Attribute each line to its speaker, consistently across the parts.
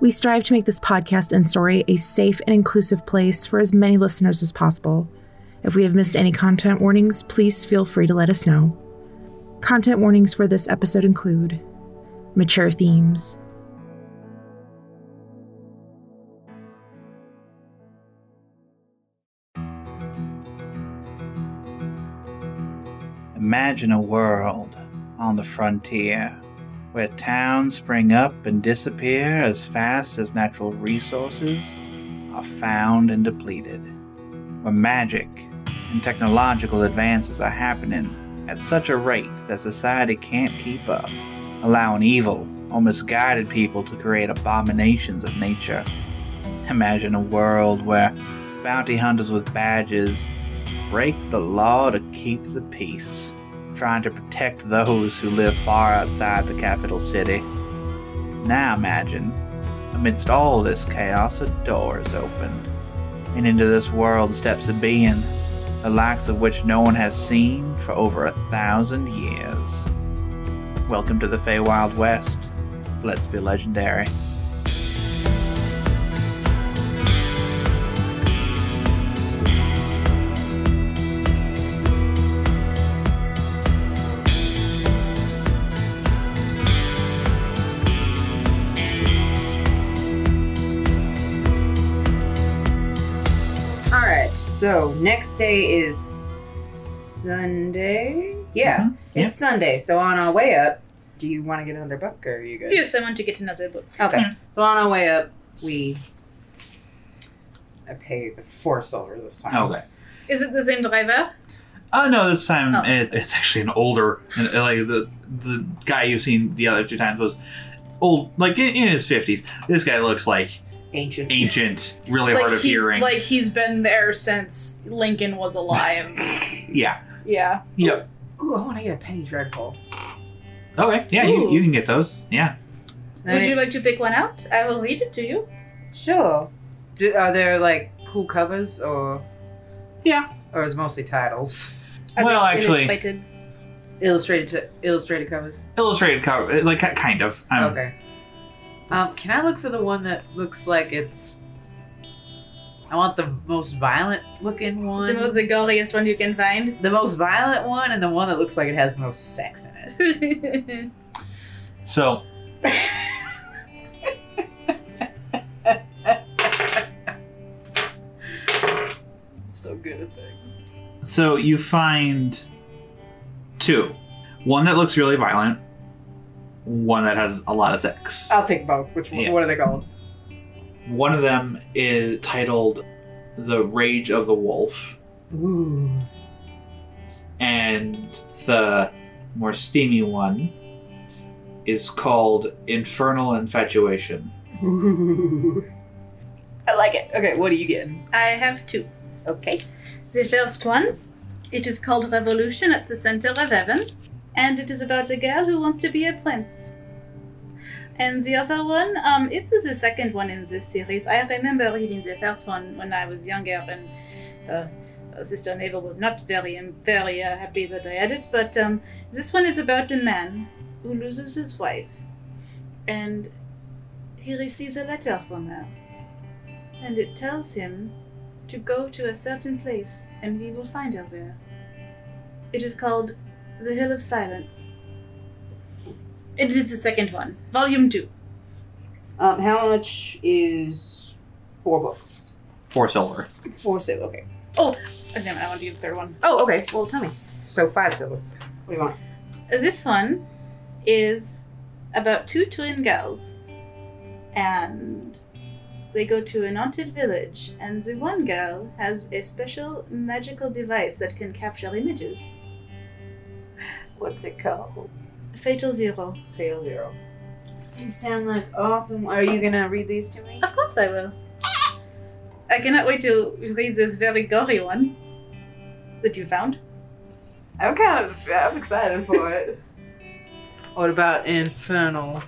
Speaker 1: We strive to make this podcast and story a safe and inclusive place for as many listeners as possible. If we have missed any content warnings, please feel free to let us know. Content warnings for this episode include mature themes,
Speaker 2: Imagine a world on the frontier where towns spring up and disappear as fast as natural resources are found and depleted, where magic and technological advances are happening at such a rate that society can't keep up, allowing evil or misguided people to create abominations of nature. Imagine a world where bounty hunters with badges break the law to keep the peace, trying to protect those who live far outside the capital city. Now imagine, amidst all this chaos, a door is opened, and into this world steps a being, the likes of which no one has seen for over a thousand years. Welcome to the Feywild West. Let's be legendary.
Speaker 3: All right. So next day is Sunday. Yeah,
Speaker 2: Mhm, yeah.
Speaker 3: it's Sunday. So on our way up, do you want to get another book or are you good?
Speaker 4: Yes, I want to get another book.
Speaker 3: Okay.
Speaker 4: Yeah.
Speaker 3: So on our way up, we I paid the four silver this time.
Speaker 2: Okay.
Speaker 4: Is it the same driver?
Speaker 2: Oh no! This time
Speaker 4: Oh.
Speaker 2: it, it's actually an older, and, uh, like the the guy you've seen the other two times was old, like in, in his fifties. This guy looks like
Speaker 3: Ancient.
Speaker 2: ancient, really
Speaker 4: like
Speaker 2: hard of
Speaker 4: he's
Speaker 2: hearing.
Speaker 4: like he's been there since Lincoln was alive.
Speaker 2: yeah.
Speaker 4: yeah.
Speaker 2: Yep.
Speaker 3: Ooh, I want to get a penny dreadful.
Speaker 2: Okay. Yeah, you,
Speaker 4: Ooh.
Speaker 2: you can get those. Yeah.
Speaker 4: Would you like to pick one out? I will read it to you.
Speaker 3: Sure. Do, are there like cool covers or
Speaker 2: Yeah.
Speaker 3: or is it mostly titles?
Speaker 4: As
Speaker 2: Well,
Speaker 4: an
Speaker 2: actually-
Speaker 4: illustrated-
Speaker 3: Illustrated to illustrated covers.
Speaker 2: Illustrated cover, like ki- kind of. Um,
Speaker 3: okay. Um, can I look for the one that looks like it's? I want the most violent looking one.
Speaker 4: the most glorious one you can find.
Speaker 3: the most violent one and the one that looks like it has the most sex in it.
Speaker 2: So.
Speaker 3: so good at things.
Speaker 2: So you find two, one that looks really violent, one that has a lot of sex.
Speaker 3: I'll take both. Which one?
Speaker 2: Yeah.
Speaker 3: What are they called?
Speaker 2: One of them is titled The Rage of the Wolf,
Speaker 3: Ooh.
Speaker 2: and the more steamy one is called Infernal Infatuation.
Speaker 3: Ooh. I like it. Okay, what are you getting?
Speaker 4: I have two.
Speaker 3: Okay.
Speaker 4: The first one, it is called Revolution at the Center of Heaven, and it is about a girl who wants to be a prince. And the other one, um, it is the second one in this series. I remember reading the first one when I was younger, and uh, uh, Sister Mabel was not very, very uh, happy that I had it. But um, this one is about a man who loses his wife, and he receives a letter from her, and it tells him to go to a certain place, and he will find her there. It is called The Hill of Silence. It is the second one, volume two.
Speaker 3: Um, how much is four books?
Speaker 2: Four silver.
Speaker 3: Four silver. Okay.
Speaker 4: Okay, I want to do the third one.
Speaker 3: Oh, okay. Well, tell me. So five silver. What do you want?
Speaker 4: This one is about two twin girls, and they go to an haunted village, and the one girl has a special magical device that can capture images.
Speaker 3: What's it called?
Speaker 4: Fatal Zero.
Speaker 3: Fatal zero. You sound like awesome. Are you gonna read these to me?
Speaker 4: Of course I will. I cannot wait to read this very gory one that you found.
Speaker 3: I'm kind of I'm excited for it. what about infernal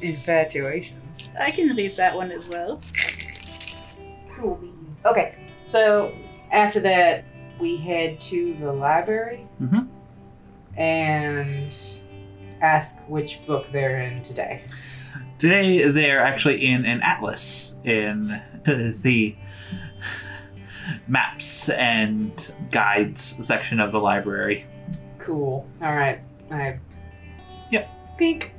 Speaker 3: infatuation?
Speaker 4: I can read that one as well.
Speaker 3: Cool beans. Okay, so after that we head to the library
Speaker 2: Mhm.
Speaker 3: and ask which book they're in today.
Speaker 5: Today they're actually in an atlas in the maps and guides section of the library.
Speaker 3: Cool. All right. I.
Speaker 5: Yep.
Speaker 3: Pink.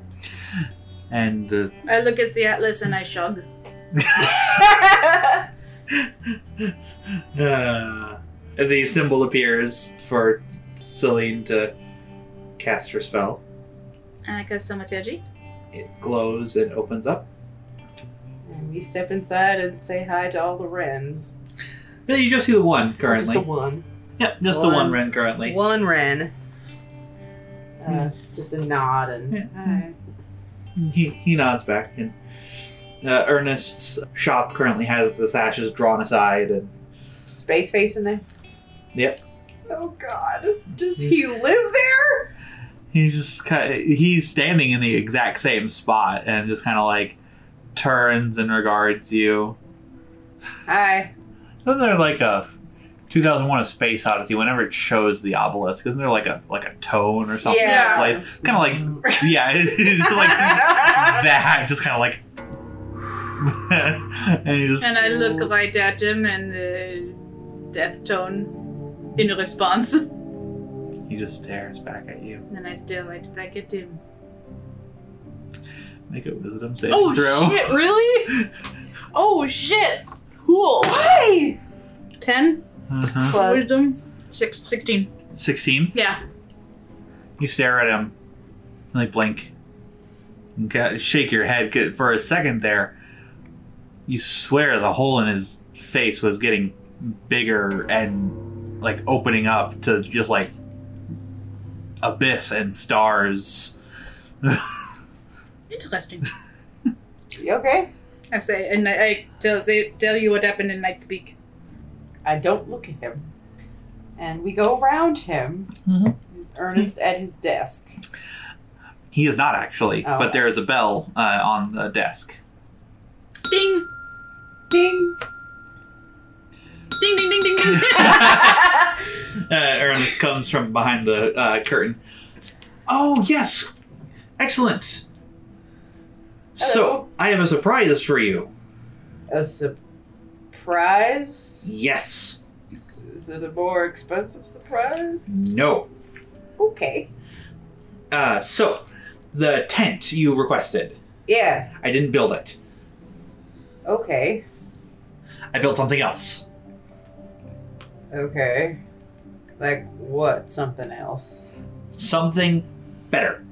Speaker 5: And the
Speaker 4: I look at the atlas and I shrug.
Speaker 5: Uh, the symbol appears for Celine to cast her spell.
Speaker 4: And I cast Somateji.
Speaker 5: It glows and opens up.
Speaker 3: and we step inside and say hi to all the wrens.
Speaker 5: Yeah, you just see the one currently.
Speaker 3: Just the one.
Speaker 5: Yep, just the one
Speaker 3: One.
Speaker 5: Ren currently.
Speaker 3: One wren.
Speaker 5: Yeah.
Speaker 3: Uh, just a nod and.
Speaker 5: Yeah.
Speaker 3: Hi.
Speaker 5: He, he nods back. And uh, Ernest's shop currently has the sashes drawn aside, and
Speaker 3: Space face in there.
Speaker 5: Yep.
Speaker 3: Oh God! Does he live there?
Speaker 5: he's just kind of, he's standing in the exact same spot, and just kind of like turns and regards you.
Speaker 3: Hi.
Speaker 5: Isn't there like a 2001: A Space Odyssey? Whenever it shows the obelisk, isn't there like a like a tone or something
Speaker 3: Yeah.
Speaker 5: that plays? Kind of like yeah, it's like that. Just kind of like, and you just
Speaker 4: And I look right at him and the death tone in response.
Speaker 5: he just stares back at you.
Speaker 4: Then I stare right back at him.
Speaker 5: Make a wisdom saving
Speaker 4: Oh
Speaker 5: throw.
Speaker 4: shit, really? Oh shit! Cool.
Speaker 3: Why?
Speaker 4: 10?
Speaker 5: Uh-huh.
Speaker 4: Wisdom? Six, 16.
Speaker 5: 16.
Speaker 4: Yeah.
Speaker 5: You stare at him, and they blink. You ca- shake your head 'cause for a second there. You swear the hole in his face was getting bigger and like opening up to just like abyss and stars.
Speaker 4: Interesting.
Speaker 3: You okay?
Speaker 4: I say, and I, I tell, say, tell you what happened in Night Speak.
Speaker 3: I don't look at him. And we go around him.
Speaker 5: Mhm.
Speaker 3: He's Ernest at his desk.
Speaker 5: He is not actually,
Speaker 3: Oh.
Speaker 5: but there is a bell uh, on the desk.
Speaker 4: Ding!
Speaker 3: Ding!
Speaker 4: Ding, ding, ding, ding, ding!
Speaker 5: uh, Ernest comes from behind the uh, curtain. Oh, yes! Excellent! So,
Speaker 3: Hello.
Speaker 5: I have a surprise for you.
Speaker 3: A surprise?
Speaker 5: Yes.
Speaker 3: Is it a more expensive surprise?
Speaker 5: No.
Speaker 3: Okay.
Speaker 5: Uh, so, the tent you requested,
Speaker 3: Yeah,
Speaker 5: I didn't build it.
Speaker 3: okay.
Speaker 5: I built something else.
Speaker 3: Okay. Like what? Something else.
Speaker 5: Something better.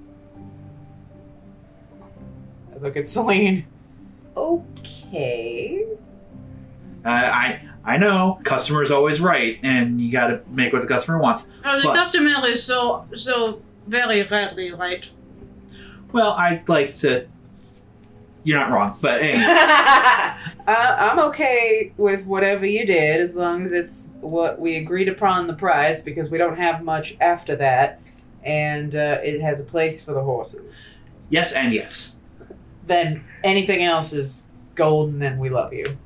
Speaker 3: I look at Celine. Okay.
Speaker 5: Uh, I I know, customer's always right, and you gotta make what the customer wants.
Speaker 4: Oh, the
Speaker 5: What?
Speaker 4: customer is so, so very rarely right.
Speaker 5: Well, I'd like to. You're not wrong, but anyway.
Speaker 3: I, I'm okay with whatever you did as long as it's what we agreed upon the price because we don't have much after that and uh, it has a place for the horses.
Speaker 5: yes and yes.
Speaker 3: Then anything else is golden and we love you.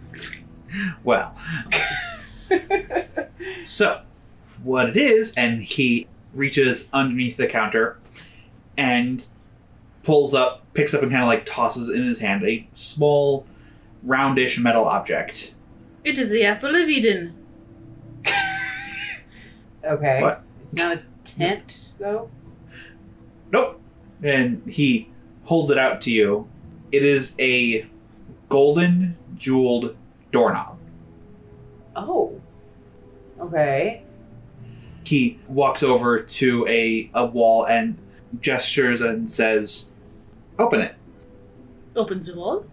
Speaker 5: Well. so, what it is, and he reaches underneath the counter and pulls up, picks up, and kind of like tosses in his hand a small, roundish metal object.
Speaker 4: It is the apple of Eden.
Speaker 3: Okay.
Speaker 5: What?
Speaker 3: It's not a tent though.
Speaker 5: Nope! And he holds it out to you. It is a golden, jeweled doorknob.
Speaker 3: Oh. Okay.
Speaker 5: he walks over to a, a wall and gestures and says, Open it.
Speaker 4: Opens the wall.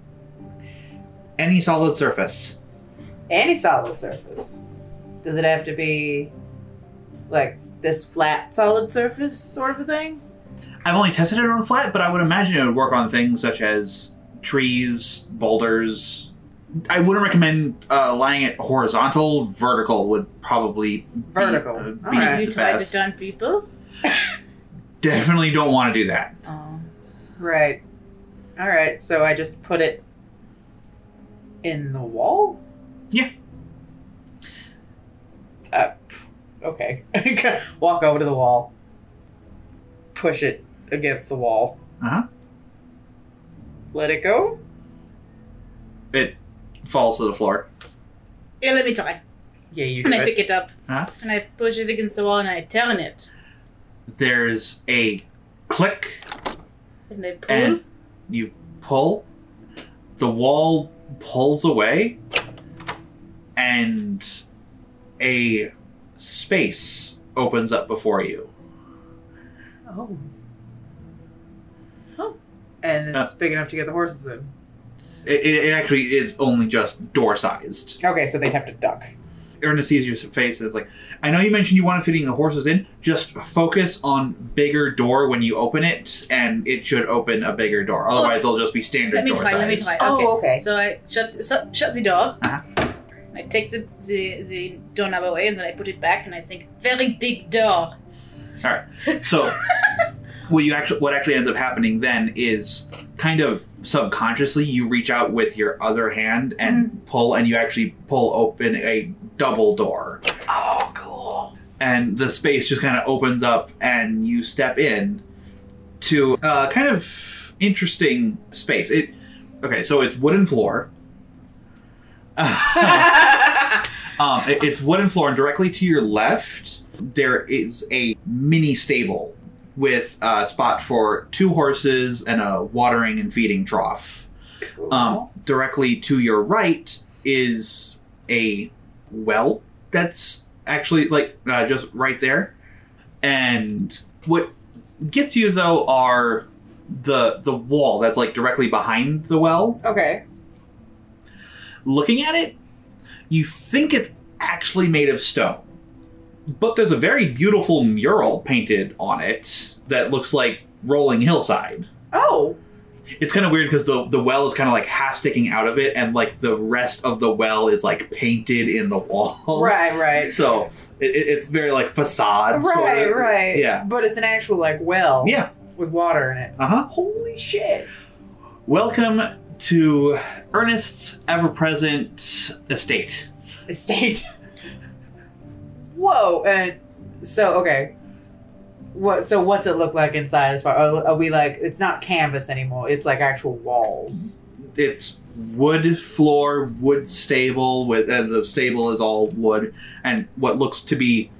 Speaker 5: Any solid surface.
Speaker 3: Any solid surface. Does it have to be like this flat solid surface sort of a thing?
Speaker 5: I've only tested it on flat, but I would imagine it would work on things such as trees, boulders. I wouldn't recommend uh, lying it horizontal. Vertical would probably be-
Speaker 3: Vertical.
Speaker 5: uh, be
Speaker 3: All right.
Speaker 5: the
Speaker 4: you tried
Speaker 5: best.
Speaker 4: it on people.
Speaker 5: Definitely don't want to do that.
Speaker 4: Oh.
Speaker 3: Right. All right. So I just put it in the wall.
Speaker 5: Yeah.
Speaker 3: Uh, okay. Walk over to the wall. Push it against the wall.
Speaker 5: Uh-huh.
Speaker 3: Let it go.
Speaker 5: It falls to the floor.
Speaker 4: Yeah, let me try.
Speaker 3: Yeah, you do
Speaker 4: And I
Speaker 3: it.
Speaker 4: pick it up.
Speaker 5: Huh?
Speaker 4: And I push it against the wall and I turn it.
Speaker 5: There's a click
Speaker 4: And I pull.
Speaker 5: and you pull. The wall pulls away, and a space opens up before you.
Speaker 3: Oh. Oh. And it's big enough to get the horses in.
Speaker 5: It, it, it actually is only just door sized.
Speaker 3: Okay, so they'd have to duck.
Speaker 5: Ernest sees your face and is like, I know you mentioned you wanted fitting the horses in. Just focus on bigger door when you open it, and it should open a bigger door. Otherwise, it'll just be standard
Speaker 4: let me
Speaker 5: door
Speaker 4: try,
Speaker 5: size.
Speaker 4: let me try.
Speaker 3: Oh,
Speaker 4: Okay.
Speaker 3: okay.
Speaker 4: So I shut, shut, shut the door.
Speaker 5: Uh-huh.
Speaker 4: I take the, the, the doorknob away and then I put it back and I think, very big door.
Speaker 5: So, what you actually what actually ends up happening then is kind of subconsciously you reach out with your other hand and
Speaker 3: Mm-hmm.
Speaker 5: pull, and you actually pull open a double door,
Speaker 3: Oh, cool.
Speaker 5: and the space just kind of opens up, and you step in to a kind of interesting space. It okay, so it's wooden floor. Um, it- it's wooden floor, and directly to your left, there is a mini stable with a spot for two horses and a watering and feeding trough. Um, directly to your right is a well that's actually like uh, just right there. And what gets you though are the the wall that's like directly behind the well
Speaker 3: okay.
Speaker 5: looking at it, you think it's actually made of stone. But there's a very beautiful mural painted on it that looks like rolling hillside.
Speaker 3: Oh.
Speaker 5: It's kind of weird because the, the well is kind of like half sticking out of it, and like the rest of the well is like painted in the wall.
Speaker 3: Right, right.
Speaker 5: So it, it- it's very like facade. sort
Speaker 3: Right,
Speaker 5: of.
Speaker 3: right.
Speaker 5: Yeah.
Speaker 3: But it's an actual, like, well.
Speaker 5: Yeah.
Speaker 3: With water in it.
Speaker 5: Uh huh.
Speaker 3: Holy shit.
Speaker 5: Welcome to Ernest's ever present estate.
Speaker 3: Estate. Whoa. And so, okay. What? So, what's it look like inside? As far are, are we like? It's not canvas anymore. It's like actual walls.
Speaker 5: it's wood floor, wood stable with and the stable is all wood and what looks to be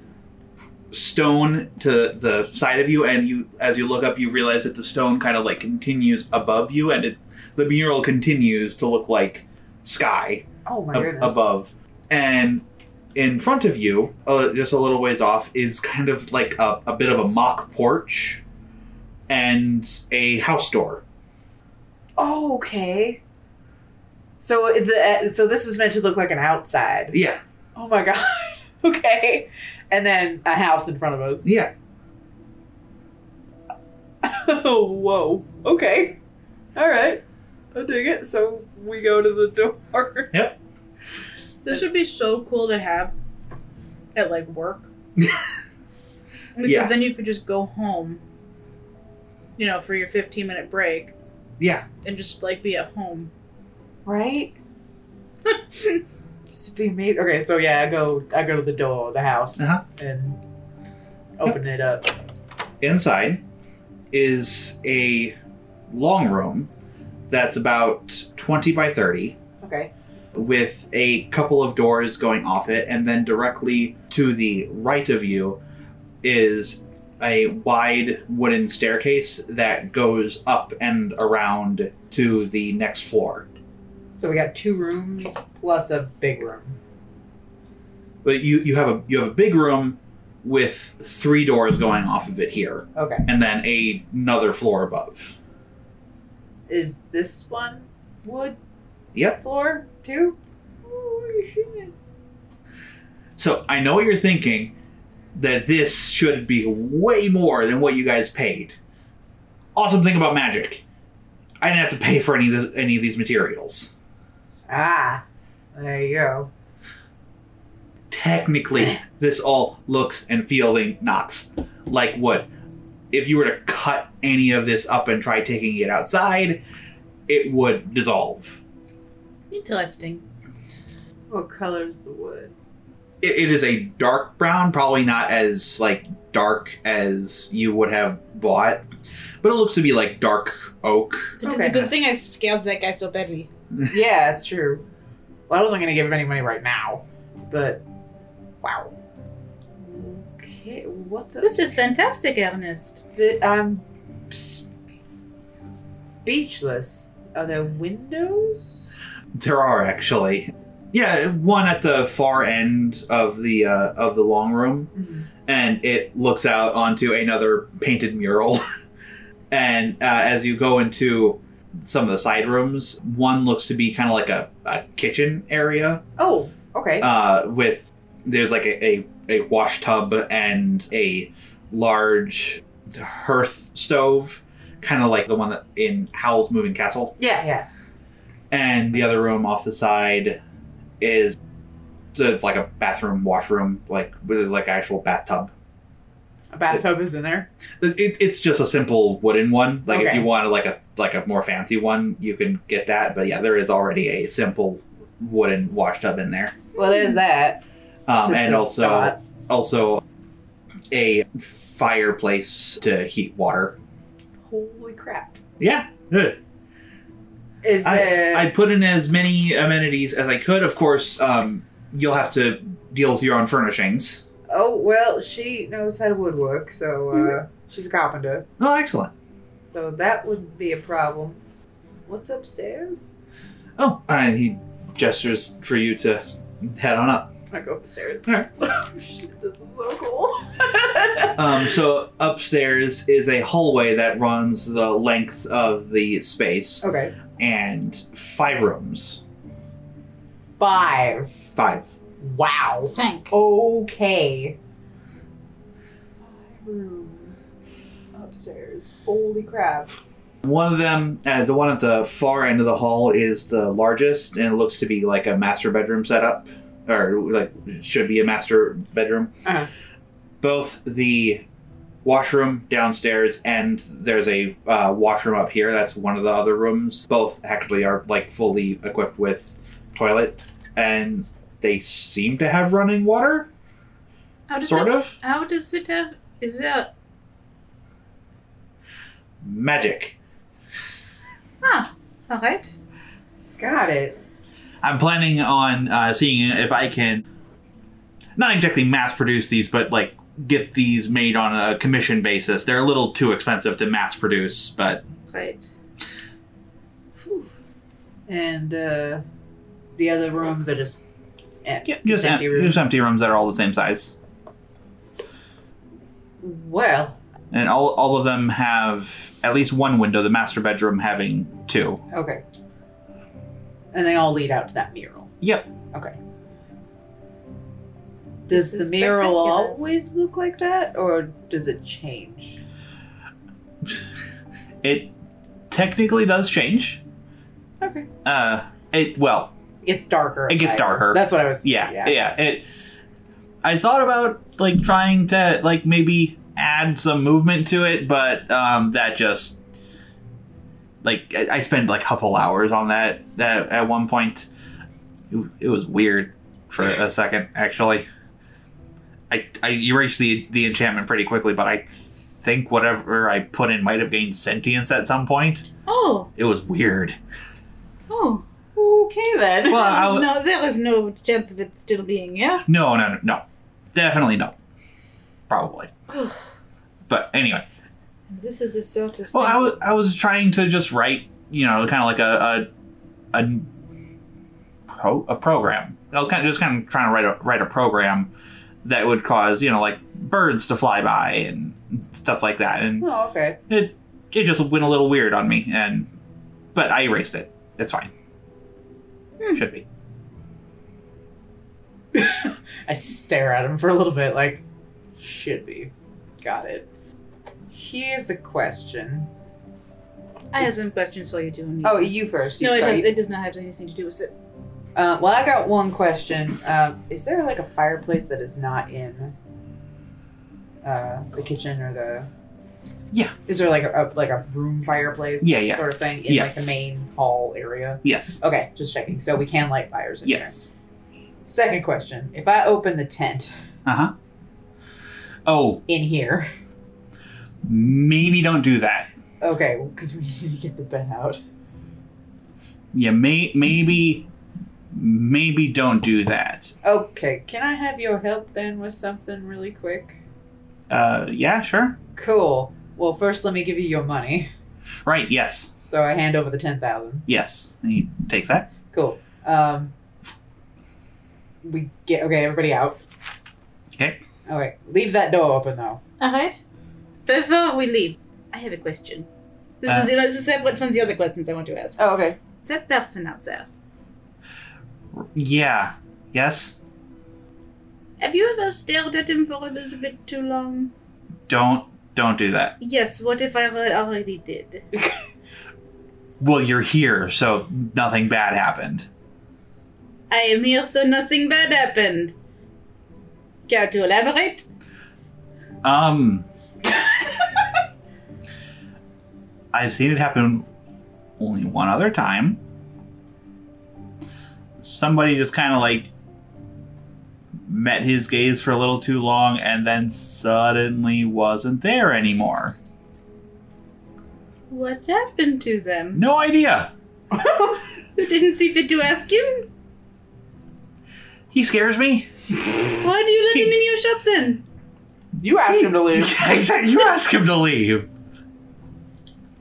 Speaker 5: stone to the side of you and you as you look up you realize that the stone kind of like continues above you and it the mural continues to look like sky
Speaker 3: Oh my
Speaker 5: ab-
Speaker 3: goodness.
Speaker 5: above and in front of you uh, just a little ways off is kind of like a, a bit of a mock porch and a house door
Speaker 3: Oh, okay. So the uh, so this is meant to look like an outside.
Speaker 5: yeah
Speaker 3: Oh my god. okay. And then a house in front of us.
Speaker 5: yeah
Speaker 3: oh whoa. Okay. All right. I dig it. So we go to the door.
Speaker 4: This would be so cool to have at like work. because
Speaker 5: Yeah.
Speaker 4: then you could just go home, you know, for your 15 minute break
Speaker 5: yeah
Speaker 4: and just like be at home.
Speaker 3: Right. this would be amazing. Okay. So yeah, I go I go to the door of the house
Speaker 5: Uh-huh.
Speaker 3: and open it up.
Speaker 5: inside is a long room that's about 20 by 30
Speaker 3: Okay.
Speaker 5: with a couple of doors going off it and then directly to the right of you is a wide wooden staircase that goes up and around to the next floor
Speaker 3: So we got two rooms plus a big room.
Speaker 5: but you you have a you have a big room with three doors going off of it here
Speaker 3: Okay.
Speaker 5: and then a, another floor above
Speaker 3: Is this one wood
Speaker 5: yep
Speaker 3: floor too? Holy shit.
Speaker 5: So I know what you're thinking that this should be way more than what you guys paid. Awesome thing about magic. I didn't have to pay for any of the, any of these materials.
Speaker 3: Ah, there you go.
Speaker 5: Technically, this all looks and feels and knocks like wood. If you were to cut any of this up and try taking it outside, it would dissolve.
Speaker 4: Interesting.
Speaker 3: What color's the wood?
Speaker 5: It, it is a dark brown, probably not as like dark as you would have bought, but it looks to be like dark oak.
Speaker 6: It is
Speaker 3: Okay.
Speaker 6: a good thing I scared that guy so badly.
Speaker 3: yeah, it's true. Well, I wasn't gonna give him any money right now, but wow. Okay, what the-
Speaker 4: This is fantastic, Ernest.
Speaker 3: the, um, I'm speechless. Are there windows?
Speaker 5: There are actually, yeah, one at the far end of the uh, of the long room,
Speaker 3: Hmm.
Speaker 5: and it looks out onto another painted mural. and uh, as you go into some of the side rooms, one looks to be kind of like a, a kitchen area.
Speaker 3: Oh, okay.
Speaker 5: uh, with there's like a, a, a wash tub and a large hearth stove, kind of like the one that in Howl's Moving Castle.
Speaker 3: yeah, yeah.
Speaker 5: And the other room off the side is the, like a bathroom, washroom, like with like an actual bathtub.
Speaker 3: A bathtub is in there.
Speaker 5: It, it- it's just a simple wooden one. Like if
Speaker 3: Okay.
Speaker 5: you wanted like a like a more fancy one, you can get that. But yeah, there is already a simple wooden wash tub in there,
Speaker 3: Well, there's that.
Speaker 5: um,
Speaker 3: Just
Speaker 5: and
Speaker 3: a
Speaker 5: also.
Speaker 3: thought.
Speaker 5: also a fireplace to heat water.
Speaker 3: holy crap.
Speaker 5: Yeah.
Speaker 3: Is there?
Speaker 5: I put in as many amenities as I could. Of course, um, you'll have to deal with your own furnishings.
Speaker 3: oh well, she knows how to woodwork, so uh, she's a carpenter.
Speaker 5: Oh, excellent.
Speaker 3: So that would be a problem. What's upstairs?
Speaker 5: Oh, and he gestures for you to head on up.
Speaker 3: I go upstairs. Oh,
Speaker 5: Alright.
Speaker 3: Shit, this is so cool.
Speaker 5: Um, so upstairs is a hallway that runs the length of the space
Speaker 3: okay.
Speaker 5: and five rooms.
Speaker 3: Five.
Speaker 5: Five.
Speaker 3: Wow.
Speaker 6: Thank.
Speaker 3: Okay. Five rooms upstairs. Holy crap.
Speaker 5: One of them, uh, the one at the far end of the hall, is the largest, and it looks to be like a master bedroom setup, or like should be a master bedroom.
Speaker 3: Uh-huh.
Speaker 5: Both the washroom downstairs and there's a uh, washroom up here. That's one of the other rooms. Both actually are like fully equipped with toilet, and they seem to have running water,
Speaker 4: How does
Speaker 5: sort
Speaker 4: it,
Speaker 5: of
Speaker 4: How does it have? Is there?
Speaker 5: magic.
Speaker 4: All right.
Speaker 3: Got it.
Speaker 5: I'm planning on uh, seeing if I can not exactly mass produce these, but like get these made on a commission basis. They're a little too expensive to mass produce, but
Speaker 4: Right.
Speaker 3: And uh, the other rooms are just em-
Speaker 5: yeah, just em-
Speaker 3: empty rooms.
Speaker 5: just empty rooms that are all the same size,
Speaker 3: Well,
Speaker 5: and all all of them have at least one window. The master bedroom having two.
Speaker 3: okay. And they all lead out to that mural.
Speaker 5: Yep.
Speaker 3: Okay. Does
Speaker 4: This
Speaker 3: the
Speaker 4: is
Speaker 3: mural
Speaker 4: spectacular.
Speaker 3: always look like that, or does it change?
Speaker 5: It technically does change.
Speaker 3: Okay.
Speaker 5: Uh, it well,
Speaker 3: It gets darker.
Speaker 5: It gets
Speaker 3: I-
Speaker 5: darker.
Speaker 3: That's what I was.
Speaker 5: yeah, yeah. It. I thought about like trying to like maybe add some movement to it, but um, that just like I, I spent like a couple hours on that at, at one point. It, it was weird for a second, actually. I, I erased the the enchantment pretty quickly, but I think whatever I put in might have gained sentience at some point.
Speaker 4: Oh.
Speaker 5: It was weird.
Speaker 6: Oh.
Speaker 3: Okay then.
Speaker 5: Well, I w-
Speaker 6: No, there is no chance of it still being here.
Speaker 5: No, no, no, no. Definitely no. Probably. but anyway,
Speaker 4: This is a sort of.
Speaker 5: well, I was I was trying to just write, you know, kind of like a a a, pro, a program. I was kind of just kind of trying to write a write a program that would cause you know like birds to fly by and stuff like that, and
Speaker 3: Oh, okay.
Speaker 5: it it just went a little weird on me, and but I erased it. It's fine. Should be.
Speaker 3: I stare at him for a little bit, like, should be. Got it. Here's a question.
Speaker 4: I have some questions for you, June.
Speaker 3: Oh, you first. You
Speaker 6: No, it
Speaker 3: try.
Speaker 6: does. It does not have anything to do with it.
Speaker 3: Uh, well, I got one question. Um, is there like a fireplace that is not in uh, the kitchen or the?
Speaker 5: Yeah.
Speaker 3: Is there like a, a like a room fireplace?
Speaker 5: Yeah, yeah.
Speaker 3: Sort of thing in
Speaker 5: Yeah.
Speaker 3: like the main hall area.
Speaker 5: Yes.
Speaker 3: Okay, just checking. So we can light fires. In
Speaker 5: Yes.
Speaker 3: Here. Second question: If I open the tent,
Speaker 5: Uh huh.
Speaker 7: Oh,
Speaker 3: in here.
Speaker 5: Maybe don't do that.
Speaker 3: Okay, because we need to get the bed out.
Speaker 5: Yeah, may, maybe, maybe don't do that.
Speaker 3: Okay, can I have your help then with something really quick?
Speaker 5: Uh, yeah, sure.
Speaker 3: Cool. Well, first let me give you your money.
Speaker 5: Right. Yes.
Speaker 3: So I hand over the ten thousand.
Speaker 5: Yes. And he takes that.
Speaker 3: Cool. Um, we get okay. Everybody out.
Speaker 5: Okay.
Speaker 3: All right. Leave that door open though.
Speaker 8: All right.
Speaker 4: Before we leave, I have a question.
Speaker 8: This
Speaker 5: Uh.
Speaker 8: is you know, this is separate from the other questions I want to ask.
Speaker 3: Oh, okay.
Speaker 4: Is that person out there?
Speaker 5: Yeah. Yes.
Speaker 4: Have you ever stared at him for a little bit too long?
Speaker 5: Don't don't do that.
Speaker 4: Yes, what if I al- already did?
Speaker 5: Well, you're here, so nothing bad happened.
Speaker 4: I am here so nothing bad happened. Care to elaborate?
Speaker 5: Um, I've seen it happen only one other time. Somebody just kind of like met his gaze for a little too long and then suddenly wasn't there anymore.
Speaker 4: What happened to them?
Speaker 5: No idea.
Speaker 4: You didn't see fit to ask him?
Speaker 5: He scares me.
Speaker 4: Why do you let him in your shops then?
Speaker 3: You asked him to leave.
Speaker 5: Exactly. you ask him to leave.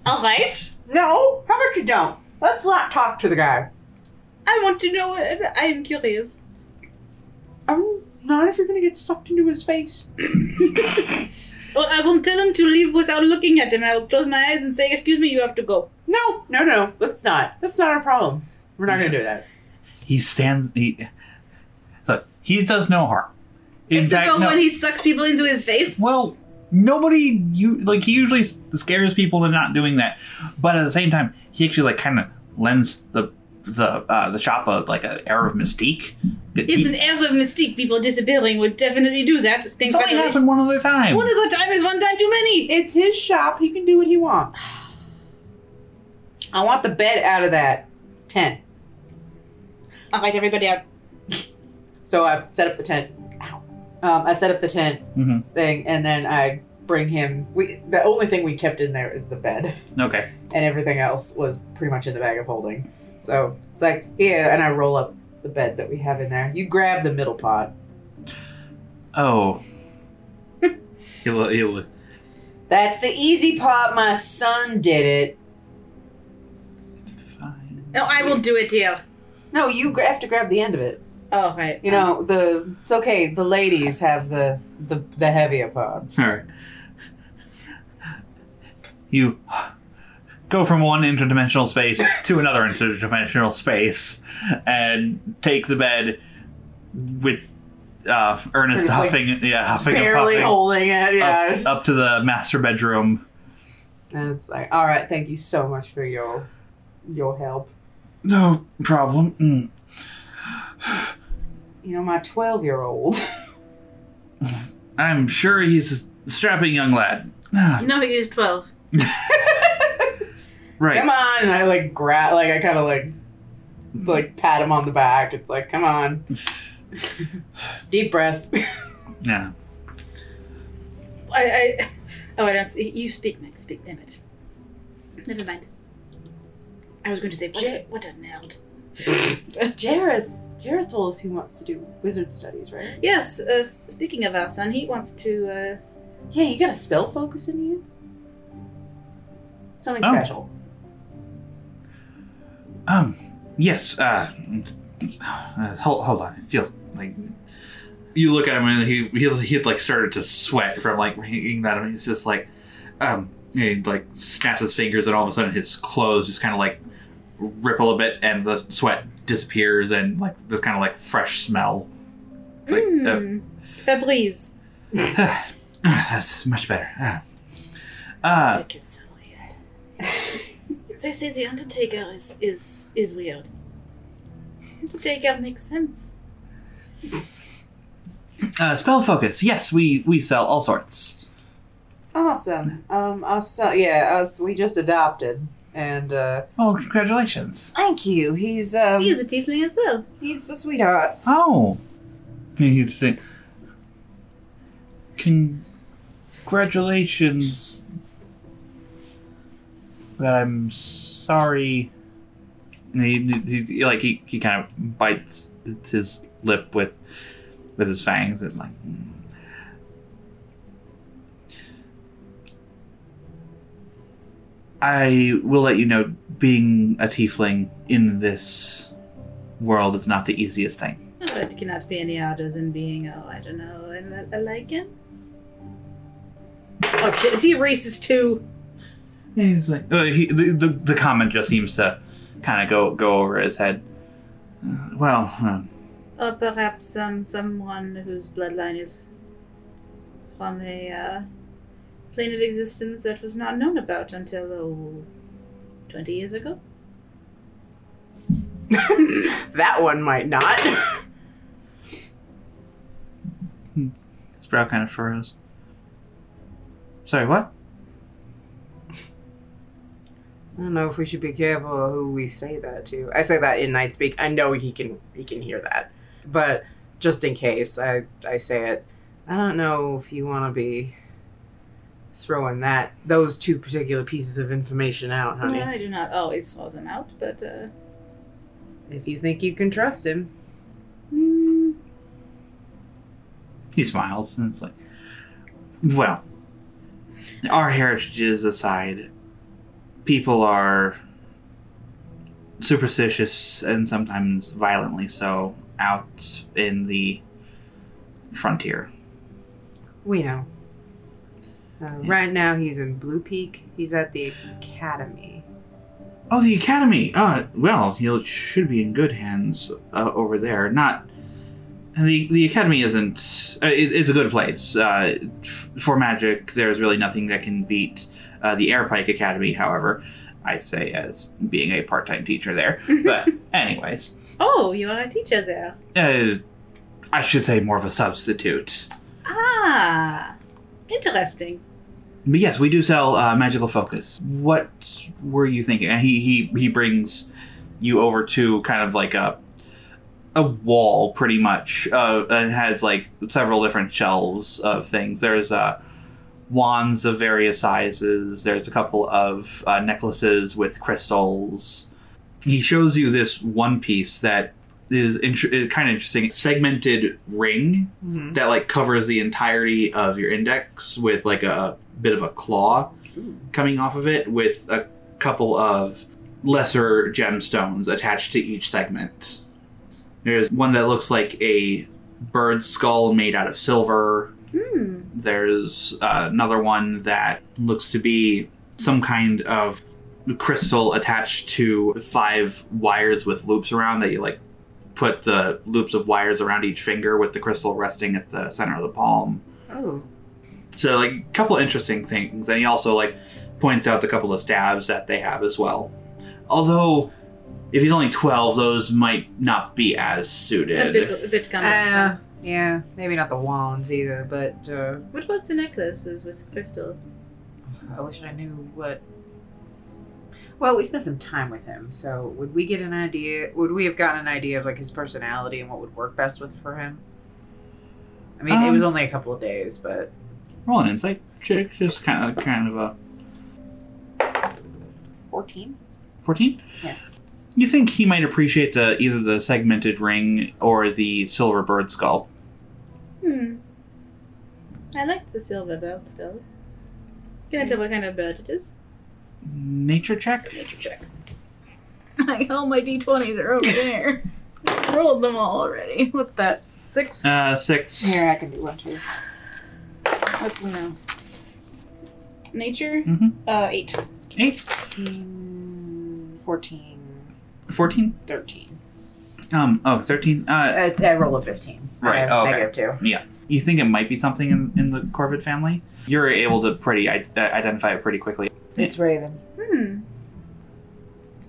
Speaker 4: All right.
Speaker 3: no. How about you don't? Let's not talk to the guy.
Speaker 4: I want to know. uh, I am curious.
Speaker 3: I'm not if you're gonna get sucked into his face.
Speaker 4: Well, I won't tell him to leave without looking at him. I will close my eyes and say, "Excuse me, you have to go."
Speaker 3: No, no, no. That's not. That's not our problem. We're not gonna do that.
Speaker 5: He stands. He look. He does no harm. In
Speaker 4: Except
Speaker 5: fact,
Speaker 4: for
Speaker 5: no-
Speaker 4: when he sucks people into his face.
Speaker 5: Well, nobody you like he usually s- scares people into not doing that, but at the same time, he actually like kind of lends the the uh, the shop a like an air of mystique.
Speaker 4: It's
Speaker 5: He-
Speaker 4: an air of mystique. People disappearing would definitely do that. Thanks
Speaker 5: it's only happened one other time.
Speaker 4: One is a time is one time too many.
Speaker 3: It's his shop. He can do what he wants. I want the bed out of that tent.
Speaker 8: All right, everybody out.
Speaker 3: So I set up the tent. Ow. Um, I set up the tent
Speaker 5: Mhm.
Speaker 3: thing, and then I bring him. We the only thing we kept in there is the bed,
Speaker 5: okay,
Speaker 3: and everything else was pretty much in the bag of holding. So it's like yeah, and I roll up the bed that we have in there. You grab the middle pod.
Speaker 5: oh, he'll, he'll,
Speaker 3: That's the easy pod. My son did it.
Speaker 5: fine.
Speaker 4: No, I will do it, dear.
Speaker 3: No, you gra- have to grab the end of it.
Speaker 4: Oh, right.
Speaker 3: You know the it's okay. The ladies have the the, the heavier pods.
Speaker 7: all right.
Speaker 5: You go from one interdimensional space to another interdimensional space, and take the bed with uh, earnest
Speaker 3: Earnest, like,
Speaker 5: huffing, yeah, huffing and
Speaker 3: Barely
Speaker 5: puffing.
Speaker 3: holding it. Yeah.
Speaker 5: up, up to the master bedroom.
Speaker 3: And it's like, all right, thank you so much for your your help.
Speaker 5: No problem. Mm.
Speaker 3: You know, my twelve year old.
Speaker 5: I'm sure he's a strapping young lad. Ah,
Speaker 4: No, he is twelve.
Speaker 5: right.
Speaker 3: come on, and I like grab, like I kind of like like pat him on the back. It's like, come on, deep breath.
Speaker 5: Yeah.
Speaker 4: I, I. Oh, I don't. See. You speak, Max. Speak. Damn it. Never mind. I was going to say, what a, what a nerd.
Speaker 3: Jareth, Jareth told us he wants to do wizard studies, right?
Speaker 4: Yes. Uh, s- speaking of our son, he wants to. Uh,
Speaker 3: Yeah, you got a spell focus in you. Something
Speaker 5: Oh.
Speaker 3: special.
Speaker 5: Um. Yes. Uh, uh, hold, hold on. It feels like
Speaker 7: You look at him and he he he like started to sweat from like reading that. And he's just like, um, and he like snaps his fingers and all of a sudden his clothes just kind of like ripple a bit and the sweat disappears and like this kind of like fresh smell. It's Like, uh,
Speaker 4: mm, Febreze.
Speaker 7: Ah, That's much better. Ah. Uh,
Speaker 4: Dick is so weird. they say the Undertaker is is is weird. Undertaker makes sense.
Speaker 7: uh, spell focus. Yes, we we sell all sorts.
Speaker 3: Awesome. Um, our son, yeah, us, we just adopted, and uh,
Speaker 7: Oh, congratulations.
Speaker 3: thank you. He's um,
Speaker 4: He is a tiefling as well.
Speaker 3: he's a
Speaker 5: Oh.
Speaker 3: sweetheart.
Speaker 7: Oh. You think. Con-
Speaker 2: Congratulations. But I'm sorry.
Speaker 5: And He, he, he- like he, he kind of bites his lip with with his fangs. It's like "Mm." I will let you know. Being a tiefling in this world is not the easiest thing.
Speaker 4: Oh, it cannot be any harder than being, oh, I don't know, a, a lichen? Oh shit, is he racist too?
Speaker 5: And he's like uh, he, the, the the comment just seems to kind of go go over his head. Uh, Well, uh,
Speaker 4: Or perhaps um, someone whose bloodline is from a uh, plane of existence that was not known about until oh, 20 years ago?
Speaker 3: that one might not.
Speaker 5: his brow kind of furrows. Sorry, what?
Speaker 3: I don't know if we should be careful of who we say that to. I say that in night speak. I know he can he can hear that, but just in case, I I say it. I don't know if you want to be throwing that those two particular pieces of information out, honey.
Speaker 4: I do not oh, always throw them out, but uh,
Speaker 3: If you think you can trust him,
Speaker 4: mm,
Speaker 5: He smiles and it's like, well, our heritages aside, people are superstitious and sometimes violently so out in the frontier.
Speaker 3: we know. Uh, Right now, he's in Blue Peak. He's at the academy.
Speaker 5: Oh, the academy. Uh, well, you should be in good hands uh, over there. Not the the academy isn't. Uh, it, it's a good place uh, f- for magic. There's really nothing that can beat uh, the Airpike Academy. However, I say as being a part time teacher there. But anyways,
Speaker 4: oh, you are a teacher there.
Speaker 5: uh, I should say more of a substitute.
Speaker 4: Ah, interesting.
Speaker 5: But yes, we do sell uh, magical focus. What were you thinking? And he he he brings you over to kind of like a a wall, pretty much, uh, and has like several different shelves of things. There's uh, wands of various sizes. There's a couple of uh, necklaces with crystals. He shows you this one piece that is inter- is kind of interesting. Segmented ring
Speaker 3: Mm-hmm.
Speaker 5: that like covers the entirety of your index with like a bit of a claw coming off of it with a couple of lesser gemstones attached to each segment. There's one that looks like a bird skull made out of silver.
Speaker 4: Hmm.
Speaker 5: There's uh, another one that looks to be some kind of crystal attached to five wires with loops around that you like put the loops of wires around each finger with the crystal resting at the center of the palm.
Speaker 3: Oh,
Speaker 5: So like a couple interesting things and he also like points out the couple of stabs that they have as well. Although if he's only 12 those might not be as
Speaker 4: A
Speaker 5: suited.
Speaker 4: bit, a bit cumbersome.
Speaker 3: uh, yeah, maybe not the wands either, but uh,
Speaker 4: what about the necklaces with crystal?
Speaker 3: I wish I knew what. Well, we spent some time with him, so would we get an idea? Would we have gotten an idea of like his personality and what would work best with for him? I mean, it was only a couple of days, but
Speaker 5: Roll an insight check just kind of kind of a
Speaker 3: fourteen.
Speaker 5: 14
Speaker 3: Yeah.
Speaker 5: you think he might appreciate the either the segmented ring or the silver bird skull
Speaker 4: Hmm. I like the silver belt still. Can I tell what kind of bird it is?
Speaker 5: nature check
Speaker 4: Nature check. Like, all my d20s are over there. Rolled them all already. What's that? Six?
Speaker 5: uh six
Speaker 3: Here, I can do one too.
Speaker 4: What's the now? Nature?
Speaker 5: Mhm.
Speaker 4: Uh, eight.
Speaker 5: eight
Speaker 3: 14,
Speaker 5: 14
Speaker 3: 13.
Speaker 5: um oh 13 uh
Speaker 3: Uh, I roll a 15.
Speaker 5: Right,
Speaker 3: I have
Speaker 5: oh, okay.
Speaker 3: negative two.
Speaker 5: you think it might be something in, in the corvid family you're able to pretty I- uh, identify it pretty quickly
Speaker 3: It's Raven.
Speaker 4: Hmm.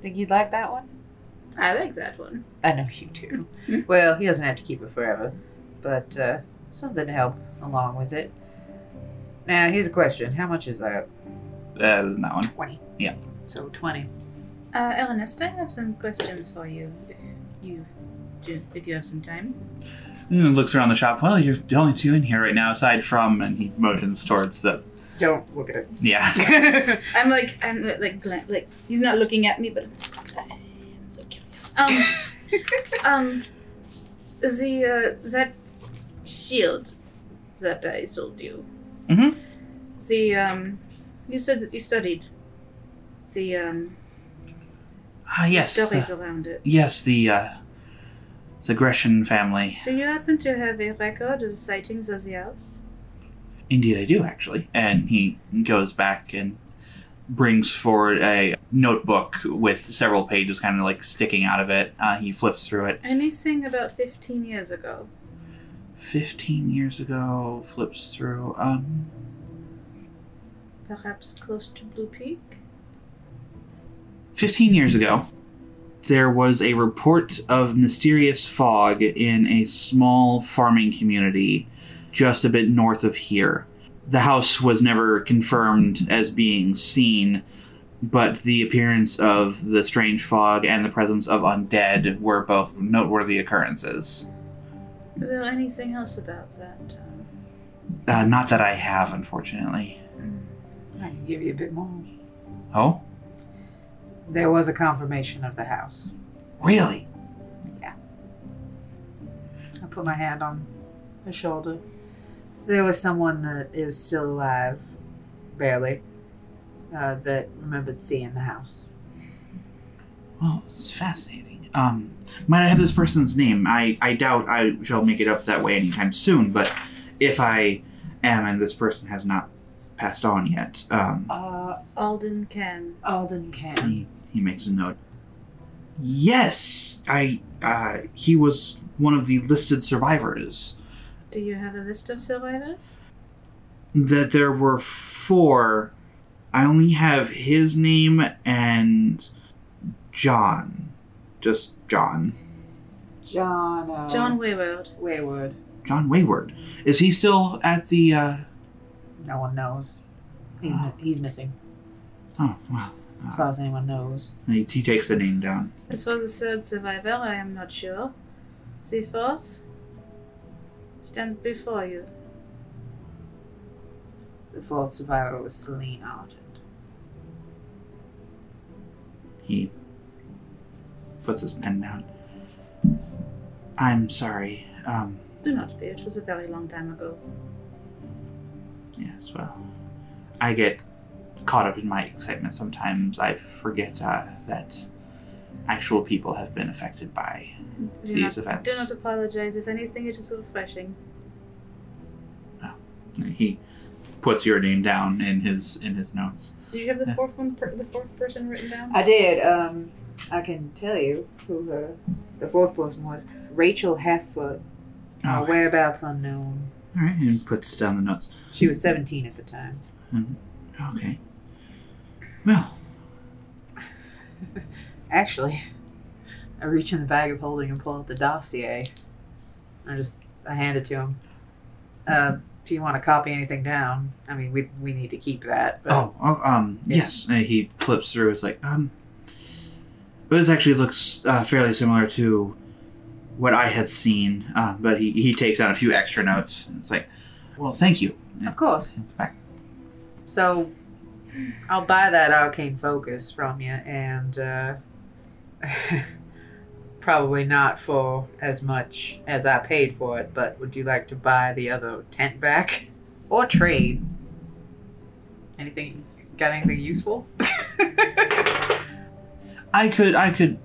Speaker 3: Think you'd like that one?
Speaker 4: I like that one.
Speaker 3: I know you do. well, he doesn't have to keep it forever, but uh, something to help along with it. Now, here's a question How much is that?
Speaker 5: uh, that one
Speaker 3: 20.
Speaker 5: Yeah.
Speaker 3: So 20.
Speaker 4: Uh, Ernest, I have some questions for you. If you do, if you have some time.
Speaker 5: and looks around the shop. Well, you're the only two in here right now, aside from. And he motions towards the.
Speaker 3: Don't look at
Speaker 5: Yeah.
Speaker 3: it.
Speaker 4: I'm like, I'm like, like, glan- like he's not looking at me, but I'm, I'm so curious. Um, um, the uh, that shield that I sold you.
Speaker 5: Mhm.
Speaker 4: The um, you said that you studied the um
Speaker 5: Ah, yes.
Speaker 4: stories
Speaker 5: The,
Speaker 4: around it.
Speaker 5: yes, the uh, the Gresham family.
Speaker 4: Do you happen to have a record of the sightings of the elves?
Speaker 5: Indeed, I do actually. And he goes back and brings forward a notebook with several pages, kind of like sticking out of it. Uh, he flips through it.
Speaker 4: Anything about fifteen years ago?
Speaker 5: 15 years ago flips through um
Speaker 4: Perhaps close to Blue Peak.
Speaker 5: 15 years ago there was a report of mysterious fog in a small farming community just a bit north of here the house was never confirmed as being seen but the appearance of the strange fog and the presence of undead were both noteworthy occurrences
Speaker 4: Is there anything else about that? Um,
Speaker 5: uh, not that i have unfortunately
Speaker 3: I can give you a bit more.
Speaker 5: oh
Speaker 3: There was a confirmation of the house.
Speaker 5: really
Speaker 3: I put my hand on her shoulder. There was someone that is still alive, barely, uh, that remembered seeing the house.
Speaker 5: Well, it's fascinating. Um, might I have this person's name? I, I doubt I shall make it up that way anytime soon, but if I am and this person has not passed on yet, um,
Speaker 3: Uh,
Speaker 4: Alden can.
Speaker 3: Alden Can.
Speaker 5: he, he makes a note. Yes, I uh, he was one of the listed survivors.
Speaker 4: Do you have a list of survivors?
Speaker 5: That there were four. I only have his name and John. Just John.
Speaker 3: John. Uh,
Speaker 4: John Wayward.
Speaker 3: Wayward.
Speaker 5: John Wayward. Is he still at the? Uh...
Speaker 3: No one knows. He's mi- he's missing,
Speaker 5: Oh well.
Speaker 3: as far as anyone knows.
Speaker 5: He, he takes the name down.
Speaker 4: As for the third survivor, I am not sure. The fourth stands before you.
Speaker 3: The fourth survivor was Celine Argent.
Speaker 5: He puts his pen down. I'm sorry. Um.
Speaker 4: Do not be, it was a very long time ago.
Speaker 5: Yes. Well, I get caught up in my excitement sometimes. I forget uh, that actual people have been affected by
Speaker 4: Do not,
Speaker 5: these events.
Speaker 4: do not apologize. If anything, it is refreshing.
Speaker 5: He puts your name down in his in his notes.
Speaker 4: Do you have the
Speaker 5: Yeah.
Speaker 4: fourth one, per, the fourth person written down?
Speaker 3: I did. Um, I can tell you who her, the fourth person was. Rachel Halffoot. Uh,
Speaker 5: Oh,
Speaker 3: whereabouts unknown.
Speaker 5: all right. And puts down the notes.
Speaker 3: She was 17 at the time.
Speaker 5: Okay. Well,
Speaker 3: Actually, I reach in the bag of holding and pull out the dossier. I just I hand it to him. Uh, if you want to copy anything down, I mean, we we need to keep that. But
Speaker 5: Oh, oh um,
Speaker 3: Yeah.
Speaker 5: yes. And he flips through. It's like, um, but this actually looks uh, fairly similar to what I had seen. Uh, but he, he takes out a few extra notes. And it's like, well, thank you.
Speaker 3: of course.
Speaker 5: It's back.
Speaker 3: So I'll buy that arcane focus from you, and uh, probably not for as much as I paid for it. But would you like to buy the other tent back or trade? Anything? Got anything useful?
Speaker 5: I could I could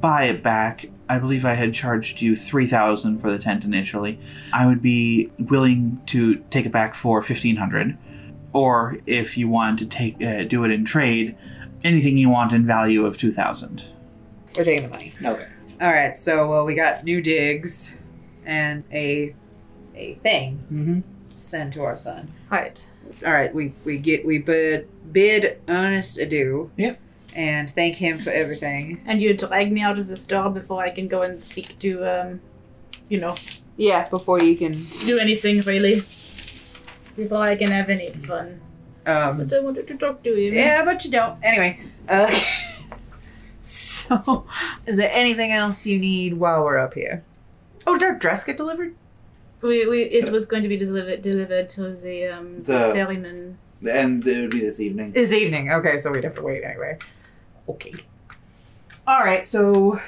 Speaker 5: buy it back. I believe I had charged you three thousand for the tent initially. I would be willing to take it back for fifteen hundred, or if you wanted to take uh, do it in trade, anything you want in value of two thousand.
Speaker 3: We're taking the money.
Speaker 2: Okay.
Speaker 3: All right. So uh, we got new digs and a a thing
Speaker 5: Mm-hmm.
Speaker 3: to send to our son.
Speaker 4: Right.
Speaker 3: All right. We we get we bid bid earnest adieu.
Speaker 5: Yep.
Speaker 3: And thank him for everything.
Speaker 4: And you drag me out of this door before I can go and speak to, um, you know,
Speaker 3: Yeah. Before you can.
Speaker 4: do anything really. Before I can have any fun.
Speaker 3: Um,
Speaker 4: But I wanted to talk to you.
Speaker 3: yeah, but you don't. Anyway. Uh, so, is there anything else you need while we're up here? Oh, did our dress get delivered?
Speaker 4: We, we it was going to be delivered delivered to the um
Speaker 5: The-
Speaker 4: ferryman.
Speaker 5: and it would be this evening.
Speaker 3: Is evening. Okay, so we'd have to wait anyway. Okay. All right, so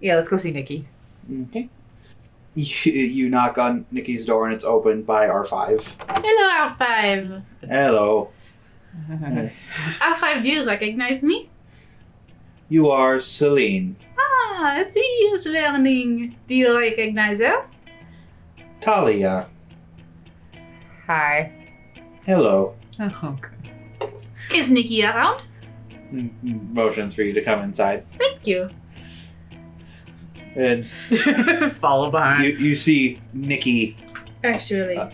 Speaker 3: yeah, let's go see Nikki.
Speaker 5: Okay. You, you knock on Nikki's door and it's opened by R5.
Speaker 4: Hello, R five.
Speaker 5: Hello.
Speaker 4: R five, do you recognize me?
Speaker 5: You are Celine.
Speaker 4: Ah, she is learning. Do you recognize her?
Speaker 5: Talia.
Speaker 3: Hi.
Speaker 5: Hello.
Speaker 3: Oh,
Speaker 4: Is Nikki around?
Speaker 5: Motions for you to come inside.
Speaker 4: Thank you.
Speaker 5: And
Speaker 3: God. Follow
Speaker 5: you,
Speaker 3: behind.
Speaker 5: you see Nikki.
Speaker 4: Actually,
Speaker 5: Uh,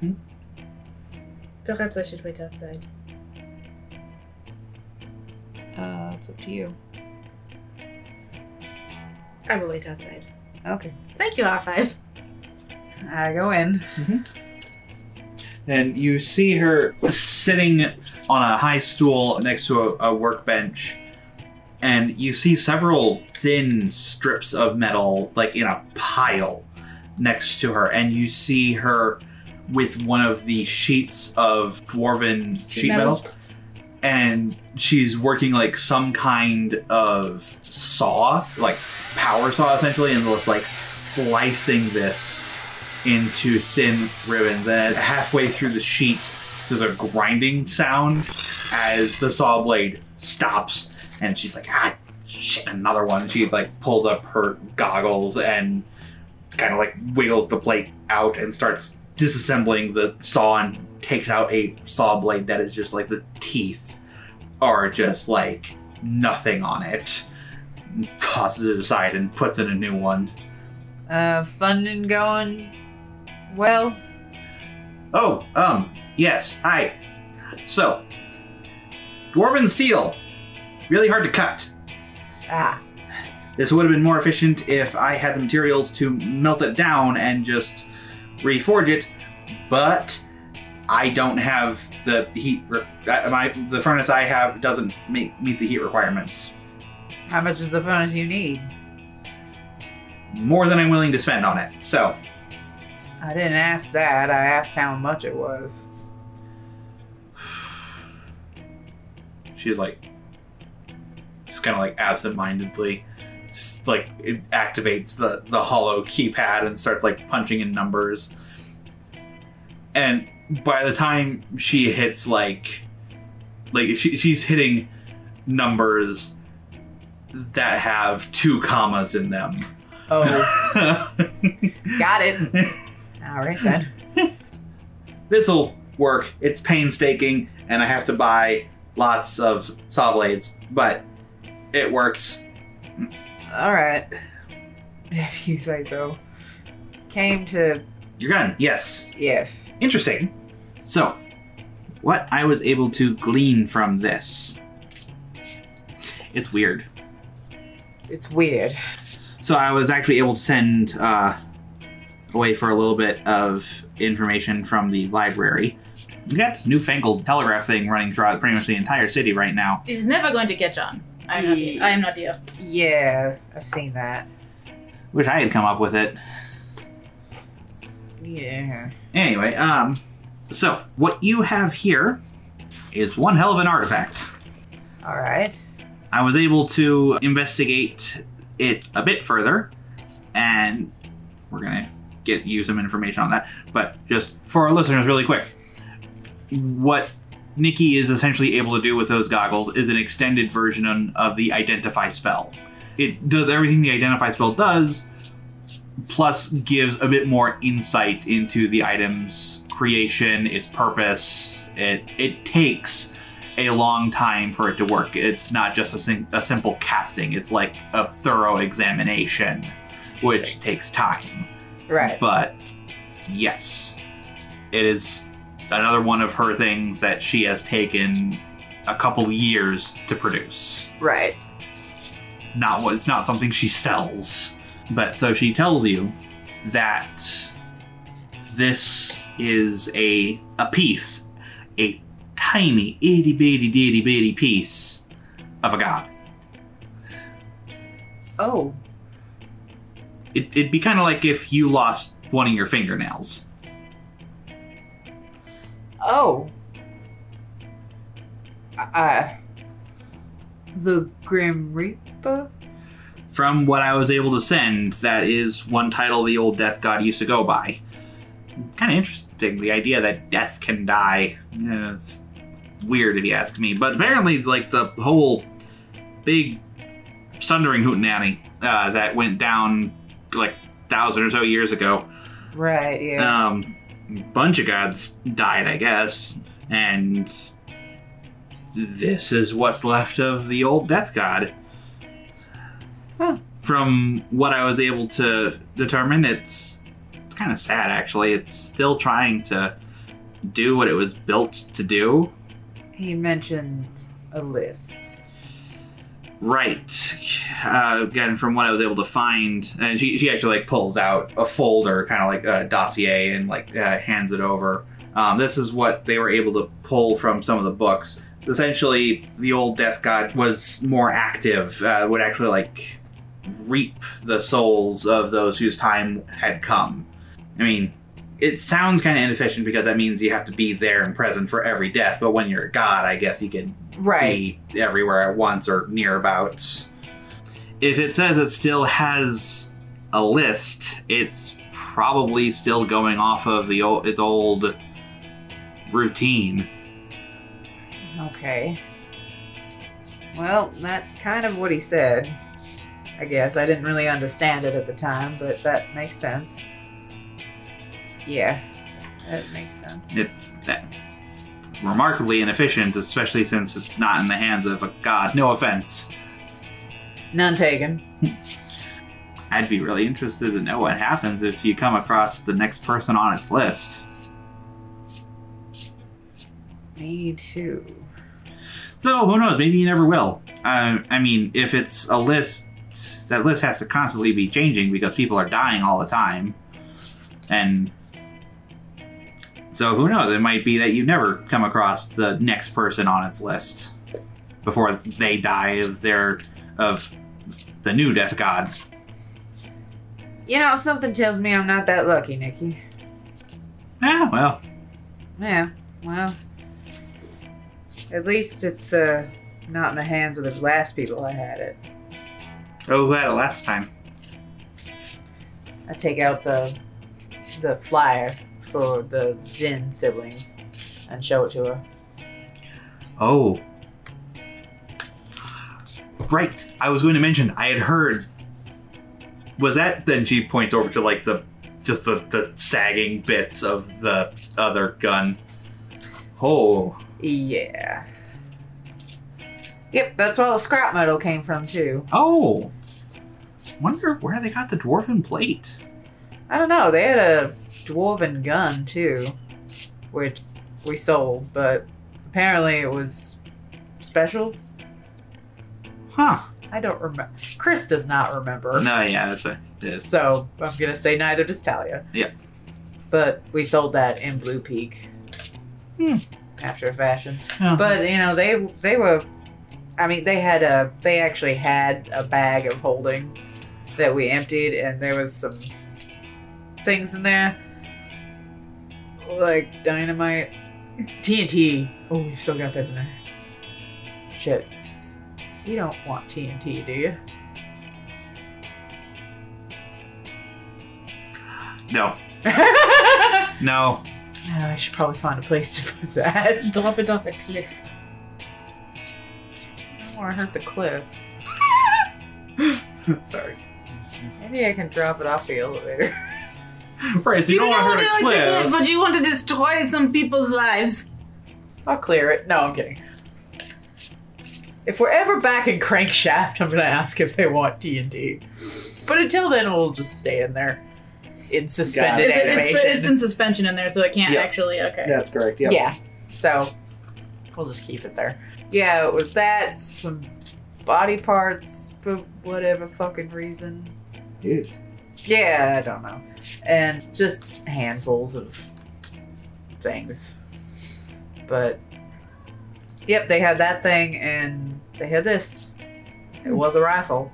Speaker 5: hmm?
Speaker 4: perhaps I should wait outside.
Speaker 3: Uh, it's up to you.
Speaker 4: I will wait outside.
Speaker 3: Okay.
Speaker 4: Thank you, R five.
Speaker 3: I go in.
Speaker 5: And you see her sitting on a high stool next to a, a workbench. And you see several thin strips of metal, like in a pile next to her. And you see her with one of the sheets of dwarven sheet metal.
Speaker 4: metal.
Speaker 5: And she's working like some kind of saw, like power saw essentially, and was like slicing this into thin ribbons. And halfway through the sheet, there's a grinding sound as the saw blade stops. And she's like, ah, shit, another one. And she like pulls up her goggles and kind of like wiggles the plate out and starts disassembling the saw and takes out a saw blade that is just like the teeth are just like nothing on it. And tosses it aside and puts in a new one.
Speaker 3: Uh, funding going well.
Speaker 5: Oh, um, yes, hi. So, dwarven steel, really hard to cut.
Speaker 3: Ah,
Speaker 5: This would have been more efficient if I had the materials to melt it down and just reforge it, but I don't have the heat. Re- I, my the furnace I have doesn't meet meet the heat requirements.
Speaker 3: how much is the furnace you need?
Speaker 5: More than I'm willing to spend on it. So,
Speaker 3: I didn't ask that. I asked how much it was.
Speaker 5: she's like just kind of like absentmindedly just, like it activates the the hollow keypad and starts like punching in numbers and by the time she hits like like she, she's hitting numbers that have two commas in them
Speaker 3: Oh, got it. All right then.
Speaker 5: this'll work. It's painstaking, and I have to buy lots of saw blades, but it works.
Speaker 3: All right. If you say so. Came to
Speaker 5: Your gun, yes.
Speaker 3: yes.
Speaker 5: Interesting. So, what I was able to glean from this. It's weird.
Speaker 3: It's weird.
Speaker 5: So, I was actually able to send uh, away for a little bit of information from the library. We got this newfangled telegraph thing running throughout pretty much the entire city right now.
Speaker 4: It's never going to catch on. I'm not here. I am not here.
Speaker 3: Yeah, I've seen that.
Speaker 5: Wish I had come up with it.
Speaker 3: Yeah.
Speaker 5: Anyway, um, so what you have here is one hell of an artifact.
Speaker 3: All right.
Speaker 5: I was able to investigate it a bit further, and we're gonna get you some information on that. But just for our listeners, really quick, what Nikki is essentially able to do with those goggles is an extended version on- of the identify spell. It does everything the identify spell does, plus gives a bit more insight into the item's creation, its purpose. It it takes a long time for it to work. It's not just a, sim- a simple casting, it's like a thorough examination, which takes time.
Speaker 3: Right.
Speaker 5: But yes, it is another one of her things that she has taken a couple years to produce.
Speaker 3: Right.
Speaker 5: It's not what it's not something she sells. But so she tells you that this is a a piece, a tiny itty bitty ditty bitty piece of a god.
Speaker 3: Oh.
Speaker 5: It, it'd be kind of like if you lost one of your fingernails.
Speaker 3: Oh. Uh, the Grim Reaper?
Speaker 5: From what I was able to send, that is one title the old death god used to go by. Kind of interesting, the idea that death can die. Yeah, it's weird if you ask me, but apparently, like the whole big sundering hootenanny uh, that went down like thousand or so years ago.
Speaker 3: Right, yeah.
Speaker 5: Um, bunch of gods died, I guess, and this is what's left of the old death god.
Speaker 3: Huh.
Speaker 5: From what I was able to determine, it's, it's kind of sad actually. It's still trying to do what it was built to do.
Speaker 3: He mentioned a list.
Speaker 5: Right. Uh, and from what I was able to find, and she, she actually like pulls out a folder, kind of like a dossier, and like uh, hands it over. Um, this is what they were able to pull from some of the books. Essentially, the old death god was more active, uh, would actually like reap the souls of those whose time had come. I mean, it sounds kind of inefficient because that means you have to be there and present for every death. But when you're a god, I guess you can
Speaker 3: Right.
Speaker 5: be everywhere at once or nearabouts. If it says it still has a list, it's probably still going off of the old, its old routine.
Speaker 3: Okay. Well, that's kind of what he said. I guess I didn't really understand it at the time, but that makes sense. Yeah, that makes sense.
Speaker 5: Remarkably inefficient, especially since it's not in the hands of a god. No offense.
Speaker 3: None taken.
Speaker 5: I'd be really interested to know what happens if you come across the next person on its list.
Speaker 3: Me too.
Speaker 5: Though who knows? Maybe you never will. Uh, I mean, if it's a list, that list has to constantly be changing because people are dying all the time, and so who knows? It might be that you never come across the next person on its list before they die of their of the new death god.
Speaker 3: You know, something tells me I'm not that lucky, Nikki.
Speaker 5: Ah, well,
Speaker 3: Yeah, well, at least it's uh, not in the hands of the last people I had it.
Speaker 5: oh, who had it last time?
Speaker 3: I take out the the flyer for the Zin siblings and show it to her.
Speaker 5: Oh. Right. I was going to mention, I had heard. Was that then she points over to like the just the, the sagging bits of the other gun. Oh.
Speaker 3: Yeah. Yep, that's where the scrap metal came from too.
Speaker 5: Oh. Wonder where they got the dwarven plate.
Speaker 3: I don't know. They had a dwarven gun too, which we sold, but apparently it was special.
Speaker 5: Huh.
Speaker 3: I don't remember. Chris does not remember.
Speaker 5: No, yeah, that's what it is.
Speaker 3: So I'm gonna say neither does Talia.
Speaker 5: Yeah.
Speaker 3: But we sold that in Blue Peak.
Speaker 5: Hmm.
Speaker 3: After a fashion.
Speaker 5: Oh.
Speaker 3: But you know, they they were I mean, they had a they actually had a bag of holding that we emptied and there was some things in there. Like dynamite. TNT. Oh, we've still got that in there. Shit. You don't want TNT, do you?
Speaker 5: No.
Speaker 3: Oh,
Speaker 5: No.
Speaker 3: I should probably find a place to put that.
Speaker 6: Drop it off a cliff.
Speaker 3: I don't want to hurt the cliff.
Speaker 5: Sorry.
Speaker 3: Maybe I can drop it off the elevator.
Speaker 5: Right, so you, don't want to hurt a cliff.
Speaker 6: but you want to destroy some people's lives.
Speaker 3: I'll clear it. No, I'm kidding. If we're ever back in Crankshaft, I'm gonna ask if they want D and D. But until then, we'll just stay in there in suspended
Speaker 6: It's, it's,
Speaker 3: animation.
Speaker 6: it's in suspension in there, so it can't
Speaker 5: Yeah.
Speaker 6: actually. Okay.
Speaker 5: That's correct,
Speaker 3: Yeah. So we'll just keep it there. Yeah, it was that some body parts for whatever fucking reason.
Speaker 5: Ew.
Speaker 3: Yeah, I don't know. And just handfuls of things. But yep, they had that thing and they had this. It was a rifle.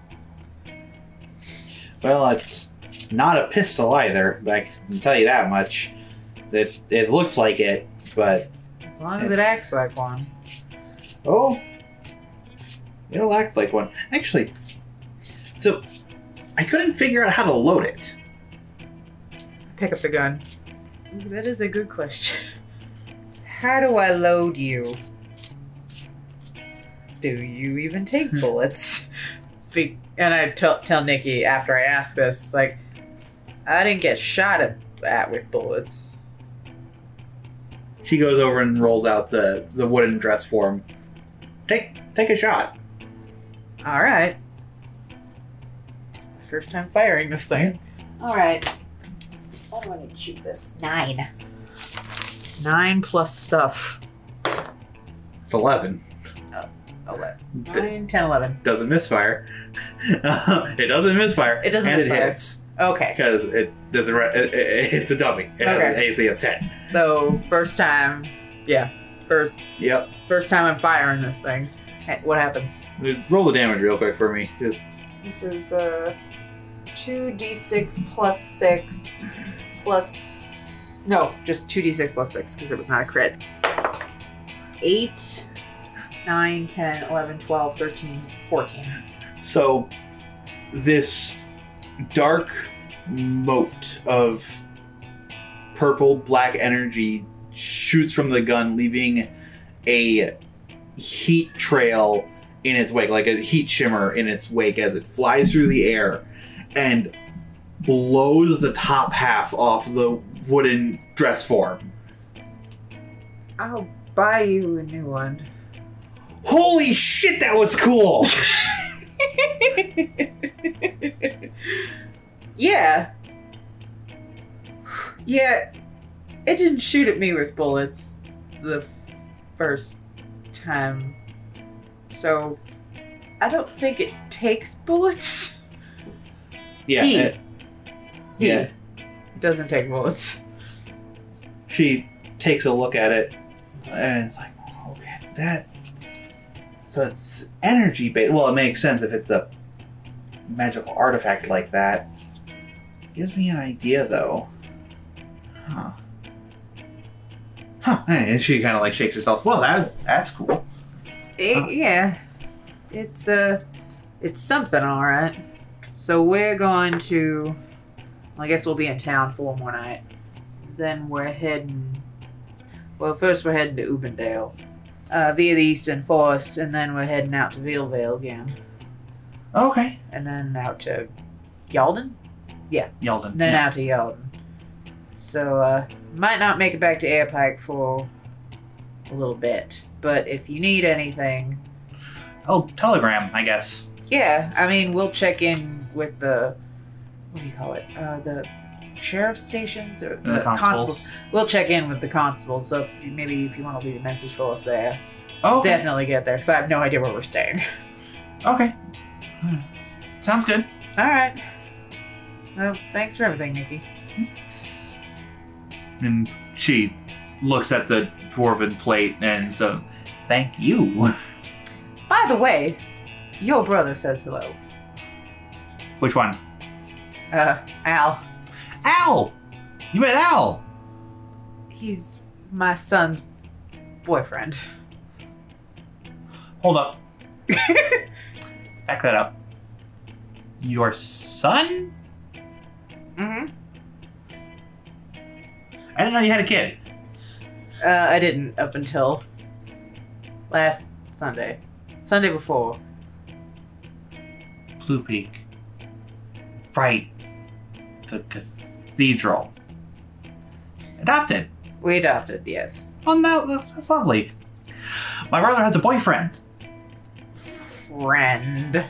Speaker 2: Well, it's
Speaker 5: It's not a pistol either, but I can tell you that much. It, it looks like it, but
Speaker 3: As long as it acts like one.
Speaker 5: oh, it'll act like one. Actually, so I couldn't figure out how to load it.
Speaker 3: Pick up the gun. That is a good question. How do I load you? Do you even take bullets? Be- and I tell tell Nikki after I ask this, it's like, I didn't get shot at, at with bullets.
Speaker 5: She goes over and rolls out the the wooden dress form. Take take a shot.
Speaker 3: All right. It's my first time firing this thing. All right. I'm gonna shoot this nine. Nine plus stuff.
Speaker 5: It's eleven.
Speaker 3: Eleven. Nine, ten, eleven.
Speaker 5: Doesn't misfire. it doesn't misfire.
Speaker 3: It doesn't
Speaker 5: and
Speaker 3: misfire.
Speaker 5: It hits
Speaker 3: Okay.
Speaker 5: because it does a re- it, it, it's a dummy. It has an
Speaker 3: Okay.
Speaker 5: AC of ten.
Speaker 3: So first time, yeah, first
Speaker 5: Yep.
Speaker 3: first time I'm firing this thing. Hey, What happens?
Speaker 5: Roll the damage real quick for me. Just
Speaker 3: This is uh, two d six plus six plus no, just two d six plus six because it was not a crit. Eight, nine, ten, eleven, twelve, thirteen, fourteen.
Speaker 5: So, this dark moat of purple black energy shoots from the gun, leaving a heat trail in its wake, like a heat shimmer in its wake as it flies through the air and blows the top half off the wooden dress form.
Speaker 3: I'll buy you a new one.
Speaker 5: Holy shit, that was cool!
Speaker 3: Yeah. Yeah. It didn't shoot at me with bullets the f- first time. So I don't think it takes bullets.
Speaker 5: yeah.
Speaker 3: He.
Speaker 5: it- yeah.
Speaker 3: It doesn't take bullets.
Speaker 5: she takes a look at it and it's like, okay, that. So it's energy based. Well, it makes sense if it's a magical artifact like that. Gives me an idea though. Huh. Huh. And she kind of like shakes herself. Well, that that's cool.
Speaker 3: It-
Speaker 5: Huh.
Speaker 3: Yeah. It's uh it's something all right. So we're going to I guess we'll be in town for one more night. Then we're heading Well, first we're heading to Ubendale. Uh, via the Eastern Forest, and then we're heading out to Vealvale again,
Speaker 5: Okay.
Speaker 3: and then out to Yalden,
Speaker 5: Yeldon.
Speaker 3: and then out to Yalden. So uh, might not make it back to Airpike for a little bit, but if you need anything,
Speaker 5: Oh, telegram, I guess.
Speaker 3: Yeah, I mean, we'll check in with the what do you call it? Uh, the sheriff's stations or
Speaker 5: the constables.
Speaker 3: We'll check in with the constables. So if you, maybe if you want to leave a message for us there,
Speaker 5: Oh, okay.
Speaker 3: definitely get there because I have no idea where we're staying.
Speaker 5: okay. Hmm. Sounds good.
Speaker 3: All right. Well, thanks for everything, Nikki.
Speaker 5: And she looks at the dwarven plate and so, thank you.
Speaker 3: By the way, your brother says hello.
Speaker 5: Which one?
Speaker 3: Uh, Al.
Speaker 5: Al! You met Al!
Speaker 3: He's my son's boyfriend.
Speaker 5: Hold up. Back that up. Your son?
Speaker 3: Mm-hmm.
Speaker 5: I didn't know you had a kid.
Speaker 3: Uh, I didn't up until last Sunday. Sunday before.
Speaker 5: Blue Peak. Right. The cathedral. Adopted.
Speaker 3: We adopted, yes.
Speaker 5: Oh no, that's that's lovely. My brother has a boyfriend.
Speaker 3: Friend.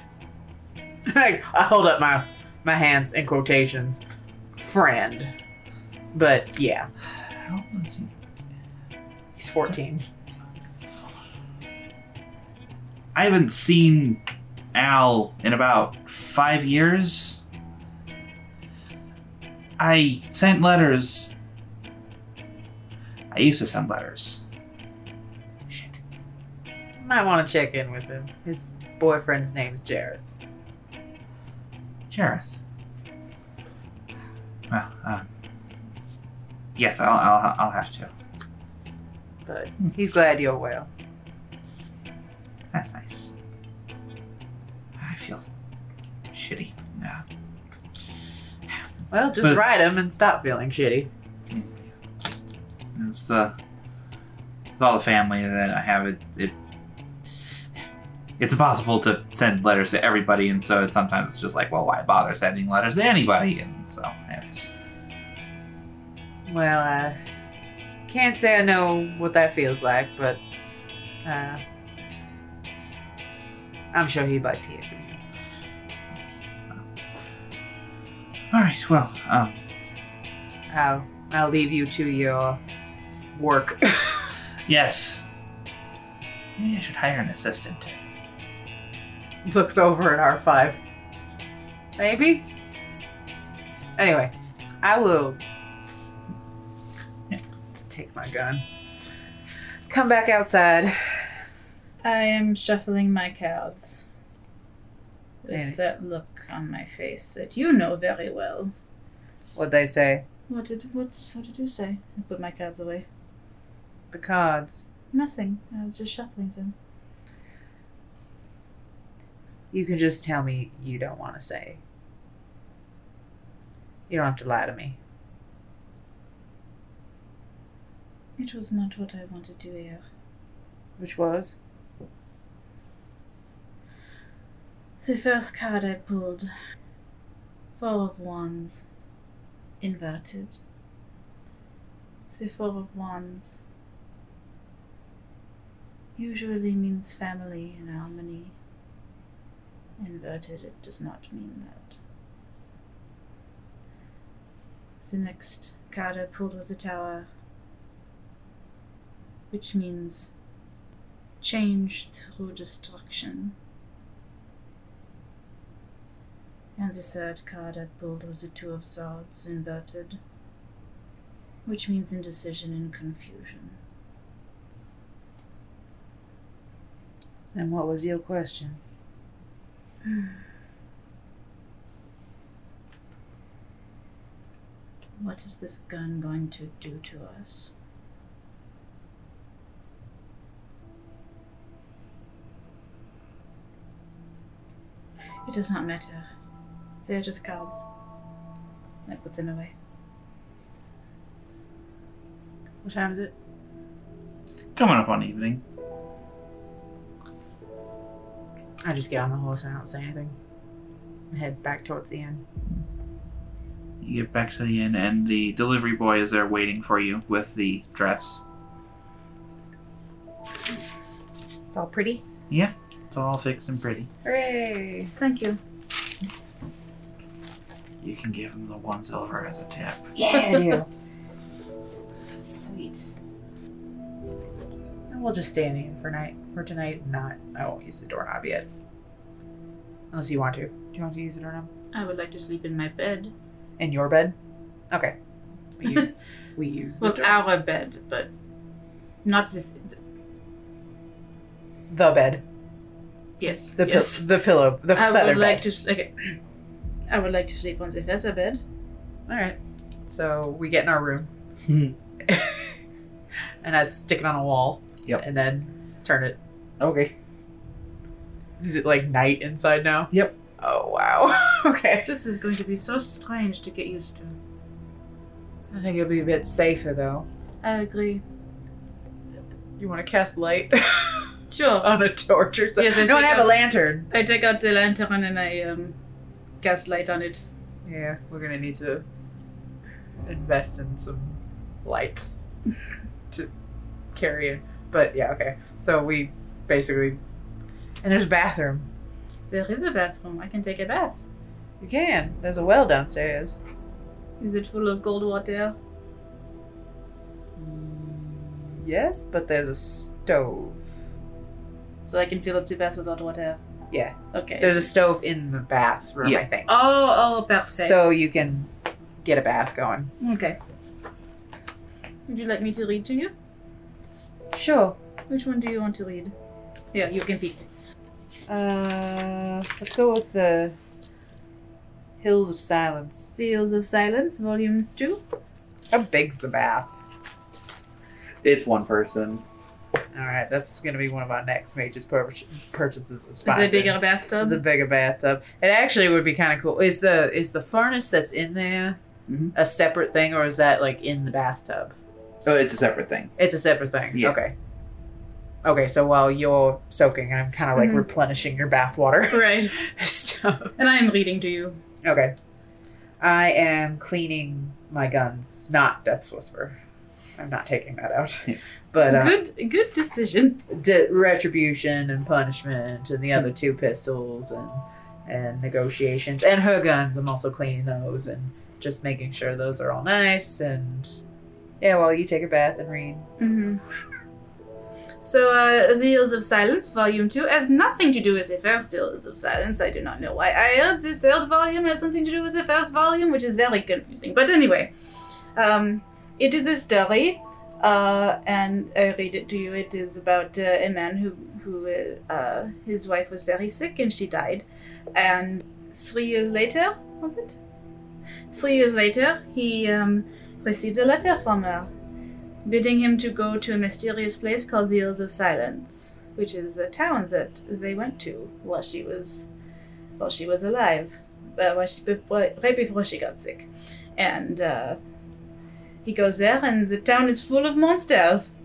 Speaker 3: I hold up my my hands in quotations. Friend. But yeah,
Speaker 5: How is he?
Speaker 3: he's 14.
Speaker 5: I haven't seen Al in about five years. I sent letters. I used to send letters. Shit.
Speaker 3: Might want to check in with him. His boyfriend's name's Jareth.
Speaker 5: Jareth. Well, um, yes, I'll, I'll, I'll have to.
Speaker 3: Good. He's glad you're well.
Speaker 5: That's nice. I feel shitty. Yeah.
Speaker 3: Well, just
Speaker 5: But-
Speaker 3: ride him and stop feeling shitty.
Speaker 5: It's the with all the family that I have. It, it it's impossible to send letters to everybody, and so it's sometimes it's just like, well, why bother sending letters to anybody? And so it's
Speaker 3: Well, I can't say I know what that feels like, but uh, I'm sure he'd like to hear from you.
Speaker 5: all right. uh, Well, um,
Speaker 3: I'll, I'll leave you to your work.
Speaker 5: yes. Maybe I should hire an assistant.
Speaker 3: Looks over at R5. Maybe? Anyway, I will
Speaker 5: Yeah.
Speaker 3: take my gun. Come back outside.
Speaker 4: I am shuffling my cards. There's
Speaker 3: Really?
Speaker 4: that look on my face that you know very well.
Speaker 3: What'd they say?
Speaker 4: What did what what did you say? I put my cards away.
Speaker 3: The cards.
Speaker 4: Nothing. I was just shuffling them.
Speaker 3: You can just tell me you don't want to say. You don't have to lie to me.
Speaker 4: It was not what I wanted to hear.
Speaker 3: Which was?
Speaker 4: The first card I pulled. Four of Wands. Inverted. The Four of Wands. Usually means family and harmony. Inverted, it does not mean that. The next card I pulled was a tower, which means change through destruction. And the third card I pulled was the Two of Swords inverted, which means indecision and confusion.
Speaker 3: And what was your question?
Speaker 4: What is this gun going to do to us? It does not matter. They are just cards. I put them away.
Speaker 3: What time is it?
Speaker 2: Coming up on evening.
Speaker 3: I just get on the horse and I don't say anything. Head back towards the inn.
Speaker 5: You get back to the inn, and the delivery boy is there waiting for you with the dress.
Speaker 3: It's all pretty.
Speaker 5: Yeah, it's all fixed and pretty.
Speaker 3: Hooray!
Speaker 4: Thank you.
Speaker 5: You can give him the one silver as a tip.
Speaker 3: Yeah, I do.
Speaker 9: Sweet.
Speaker 3: And we'll just stay in the inn for night for tonight. Not, I won't use the doorknob yet. Unless you want to. Do you want to use the doorknob
Speaker 4: I would like to sleep in my bed.
Speaker 3: in your bed? Okay. We use, we use the
Speaker 4: Well,
Speaker 3: door-
Speaker 4: our bed, but not this.
Speaker 3: the bed,
Speaker 4: Yes.
Speaker 3: the pil-
Speaker 4: yes.
Speaker 3: the pillow, the
Speaker 4: I
Speaker 3: feather
Speaker 4: would
Speaker 3: bed.
Speaker 4: like to. s- Okay. I would like to sleep on the feather bed.
Speaker 3: All right. So we get in our room. and I stick it on a wall.
Speaker 2: Yep.
Speaker 3: And then turn it.
Speaker 2: Okay.
Speaker 3: Is it like night inside now?
Speaker 2: Yep.
Speaker 3: Oh, wow. okay.
Speaker 4: This is going to be so strange to get used to.
Speaker 3: I think it'll be a bit safer though.
Speaker 4: I agree.
Speaker 3: You want to cast light
Speaker 4: Sure.
Speaker 3: on a torch or something?
Speaker 4: Yes, and
Speaker 3: no, I
Speaker 4: take
Speaker 3: have a
Speaker 4: out-
Speaker 3: lantern.
Speaker 4: I take out the lantern and I um, cast light on it.
Speaker 3: Yeah, we're gonna need to invest in some lights to carry it. But yeah, okay. So we basically and there's a bathroom.
Speaker 4: There is a bathroom. I can take a bath.
Speaker 3: You can. There's a well downstairs.
Speaker 4: Is it full of cold water?
Speaker 3: Yes, but there's a stove.
Speaker 4: So I can fill up the bath without water.
Speaker 3: Yeah,
Speaker 4: Okay.
Speaker 3: there's a stove in the bathroom. I
Speaker 2: Yeah.
Speaker 3: think.
Speaker 4: oh, oh, perfect.
Speaker 3: So you can get a bath going.
Speaker 4: okay. Would you like me to read to you?
Speaker 3: Sure.
Speaker 4: Which one do you want to read? Yeah, you can pick.
Speaker 3: Uh, let's go with the Hills of Silence.
Speaker 4: Seals of Silence, Volume 2.
Speaker 3: How big's the bath?
Speaker 10: It's one person.
Speaker 3: All right, that's going to be one of our next major pur- purchases. Is
Speaker 4: Is it a
Speaker 3: finding-
Speaker 4: bigger
Speaker 3: It's a
Speaker 4: bathtub?
Speaker 3: bigger bathtub. It actually would be kind of cool. Is the is the furnace that's in there
Speaker 10: Mhm.
Speaker 3: a separate thing, or is that like in the bathtub?
Speaker 10: Oh, it's a separate thing.
Speaker 3: It's a separate thing.
Speaker 10: Yeah.
Speaker 3: Okay. Okay, so while you're soaking, I'm kind of like
Speaker 4: Mhm.
Speaker 3: replenishing your bathwater
Speaker 4: Right.
Speaker 3: stuff.
Speaker 4: And I am reading to you.
Speaker 3: Okay. I am cleaning my guns, not Death's Whisper. I'm not taking that out. But uh,
Speaker 4: Good good decision.
Speaker 3: de- retribution and punishment and the other two pistols and and negotiations and her guns i'm also cleaning those and just making sure those are all nice and yeah well you take a bath and read
Speaker 4: hmm So, uh, Zeals of Silence, Volume 2, has nothing to do with the first Zeals of Silence. I do not know why I heard this third volume has something to do with the first volume, which is very confusing. But anyway, um, it is a story, uh, and I read it to you. It is about uh, a man who, who uh, uh, his wife was very sick and she died. And three years later, was it? Three years later, he um, received a letter from her bidding him to go to a mysterious place called the Hills of Silence, which is a town that they went to while she was, while she was alive, uh, while she, before, right before she got sick, and uh, he goes there, and the town is full of monsters.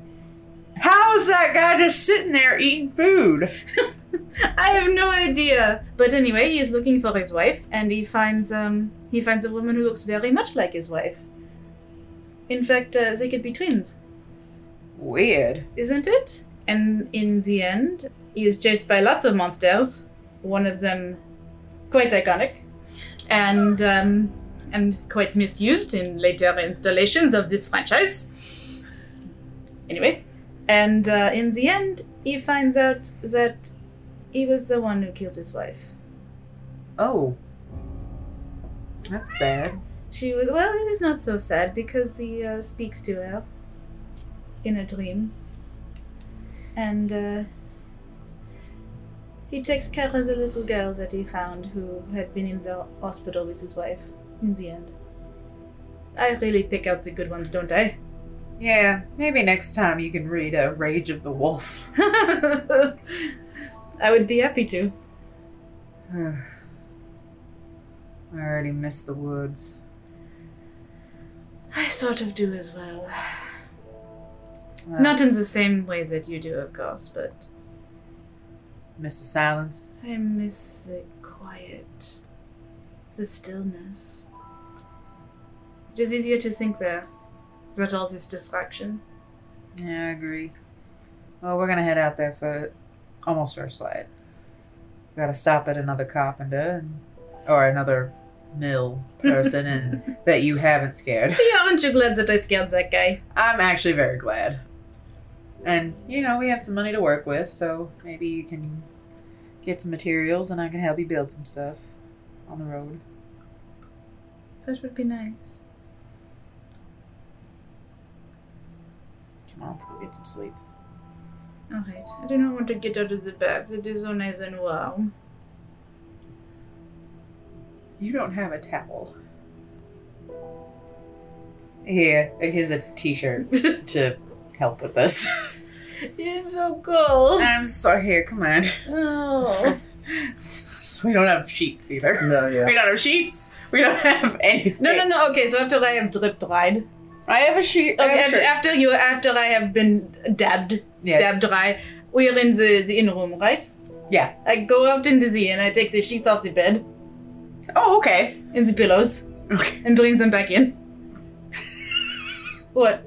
Speaker 3: how's that guy just sitting there eating food
Speaker 4: I have no idea. But anyway, he is looking for his wife, and he finds um he finds a woman who looks very much like his wife. In fact, uh, they could be twins.
Speaker 3: weird
Speaker 4: isn't it? And in the end, he is chased by lots of monsters. One of them, quite iconic, and um, and quite misused in later installations of this franchise. Anyway, and uh, in the end, he finds out that he was the one who killed his wife.
Speaker 3: oh that's sad
Speaker 4: She was well. It is not so sad because he uh, speaks to her in a dream, and uh, he takes care of the little girl that he found who had been in the hospital with his wife. In the end, I really pick out the good ones, don't I?
Speaker 3: yeah maybe next time you can read a rage of the wolf
Speaker 4: I would be happy to.
Speaker 3: i already miss the woods
Speaker 4: I sort of do as well.
Speaker 3: Uh,
Speaker 4: Not in the same way that you do, of course, but
Speaker 3: miss the silence
Speaker 4: I miss the quiet, the stillness. It is easier to think there without all this distraction.
Speaker 3: Yeah, I agree. Well, we're gonna head out there for almost first light. Gotta stop at another carpenter and, or another mill person and that you haven't scared.
Speaker 4: Yeah, aren't you glad that I scared that guy?
Speaker 3: I'm actually very glad. And you know, we have some money to work with, so maybe you can get some materials and I can help you build some stuff on the road.
Speaker 4: That would be nice.
Speaker 3: Come on, let's go get some sleep.
Speaker 4: Alright, I do not want to get out of the bath. It is so nice and warm.
Speaker 3: You don't have a towel. Here, here's a t-shirt to help with this.
Speaker 4: I'm so cold.
Speaker 3: I'm sorry. Here, come on.
Speaker 4: Oh.
Speaker 3: We don't have sheets either.
Speaker 10: No, yeah.
Speaker 3: We don't have sheets. We don't have anything.
Speaker 4: No, no, no. Okay, so after I have drip dried,
Speaker 3: I have a sheet. I
Speaker 4: okay,
Speaker 3: have a
Speaker 4: after,
Speaker 3: shirt.
Speaker 4: after you, after I have been dabbed,
Speaker 3: Yes.
Speaker 4: dab dry. We are in the, the in room, right?
Speaker 3: Yeah.
Speaker 4: I go out into the inn, I take the sheets off the bed
Speaker 3: Oh, okay.
Speaker 4: and the pillows
Speaker 3: Okay.
Speaker 4: and bring them back in. what?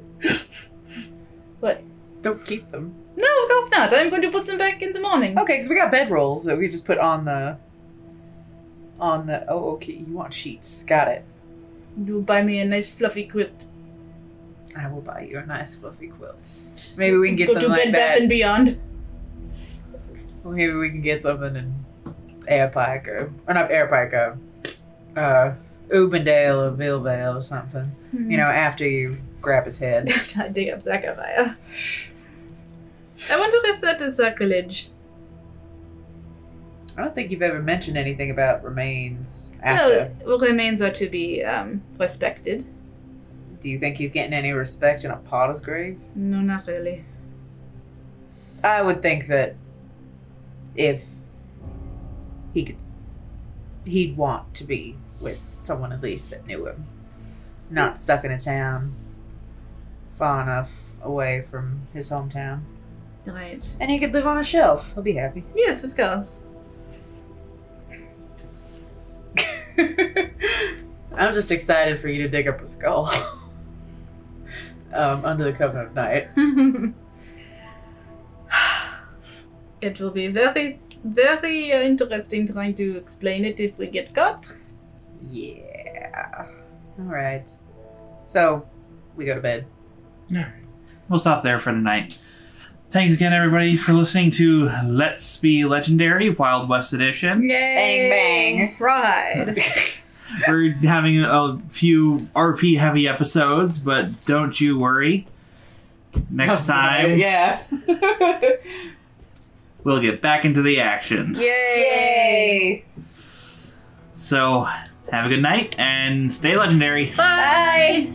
Speaker 3: Don't keep them.
Speaker 4: No, of course not. I'm going to put them back in the morning.
Speaker 3: Okay, because we got bed rolls that we just put on the. On the. Oh, okay. You want sheets? Got it.
Speaker 4: You buy me a nice fluffy quilt.
Speaker 3: I will buy you a nice fluffy quilt. Maybe we can get
Speaker 4: go
Speaker 3: something
Speaker 4: to Bed
Speaker 3: like
Speaker 4: Bath
Speaker 3: that.
Speaker 4: and Beyond.
Speaker 3: Well, Maybe we can get something in Airpike or, or not Airpike, uh, uh, Ubendale or Villevale or something. You know, after you grab his head.
Speaker 4: after I dig up Zachariah. I wonder if that is sacrilege.
Speaker 3: I don't think you've ever mentioned anything about remains after.
Speaker 4: Well, remains are to be um, respected.
Speaker 3: Do you think he's getting any respect in a potter's grave?
Speaker 4: No, not really.
Speaker 3: I would think that if he could, he'd want to be with someone at least that knew him, not stuck in a town far enough away from his hometown.
Speaker 6: Right.
Speaker 3: And he could live on a shelf. He'll be happy.
Speaker 4: Yes, of course.
Speaker 3: I'm just excited for you to dig up a skull. um, under the cover of night.
Speaker 4: it will be very, very uh, interesting trying to explain it if we get caught.
Speaker 3: Yeah. All right. So we go to bed.
Speaker 10: We'll stop there for tonight. Thanks again, everybody, for listening to Let's Be Legendary Wild West Edition.
Speaker 4: Yay!
Speaker 3: bang.
Speaker 4: Ride.
Speaker 10: We're having a few RP heavy episodes, but don't you worry. Next time,
Speaker 3: Yeah.
Speaker 10: we'll get back into the action.
Speaker 4: Yay!
Speaker 10: So, have a good night and stay legendary.
Speaker 4: Bye.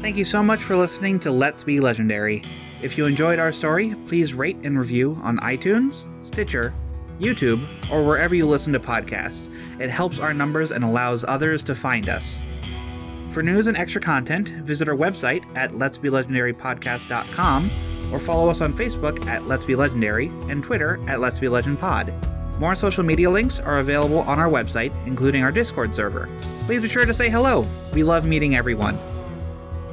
Speaker 2: Thank you so much for listening to Let's Be Legendary. If you enjoyed our story, please rate and review on iTunes, Stitcher, YouTube, or wherever you listen to podcasts. It helps our numbers and allows others to find us. For news and extra content, visit our website at letsbelegendarypodcast.com or follow us on Facebook at Let's Be Legendary and Twitter at Let's Be Legend Pod. More social media links are available on our website, including our Discord server. Please be sure to say hello. We love meeting everyone.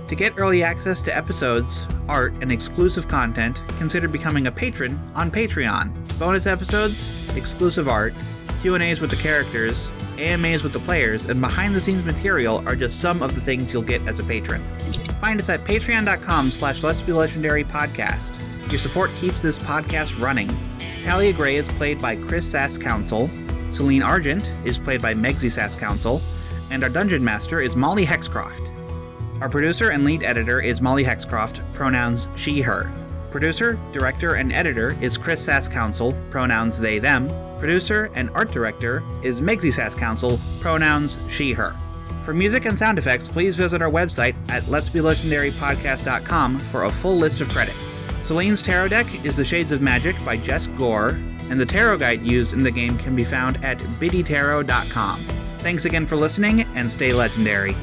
Speaker 2: To get early access to episodes, art, and exclusive content, consider becoming a patron on Patreon. Bonus episodes, exclusive art, Q&As with the characters, AMAs with the players, and behind-the-scenes material are just some of the things you'll get as a patron. Find us at patreon.com slash let's be legendary podcast. Your support keeps this podcast running. Talia Gray is played by Chris Sass Council, Celine Argent is played by Megsy Sass Council, and our dungeon master is Molly Hexcroft. Our producer and lead editor is Molly Hexcroft, pronouns she, her. Producer, director, and editor is Chris Sass Council, pronouns they, them. Producer and art director is Megsy Sass Council, pronouns she, her. For music and sound effects, please visit our website at letsbelegendarypodcast.com for a full list of credits. Celine's tarot deck is The Shades of Magic by Jess Gore, and the tarot guide used in the game can be found at biddytarot.com. Thanks again for listening, and stay legendary.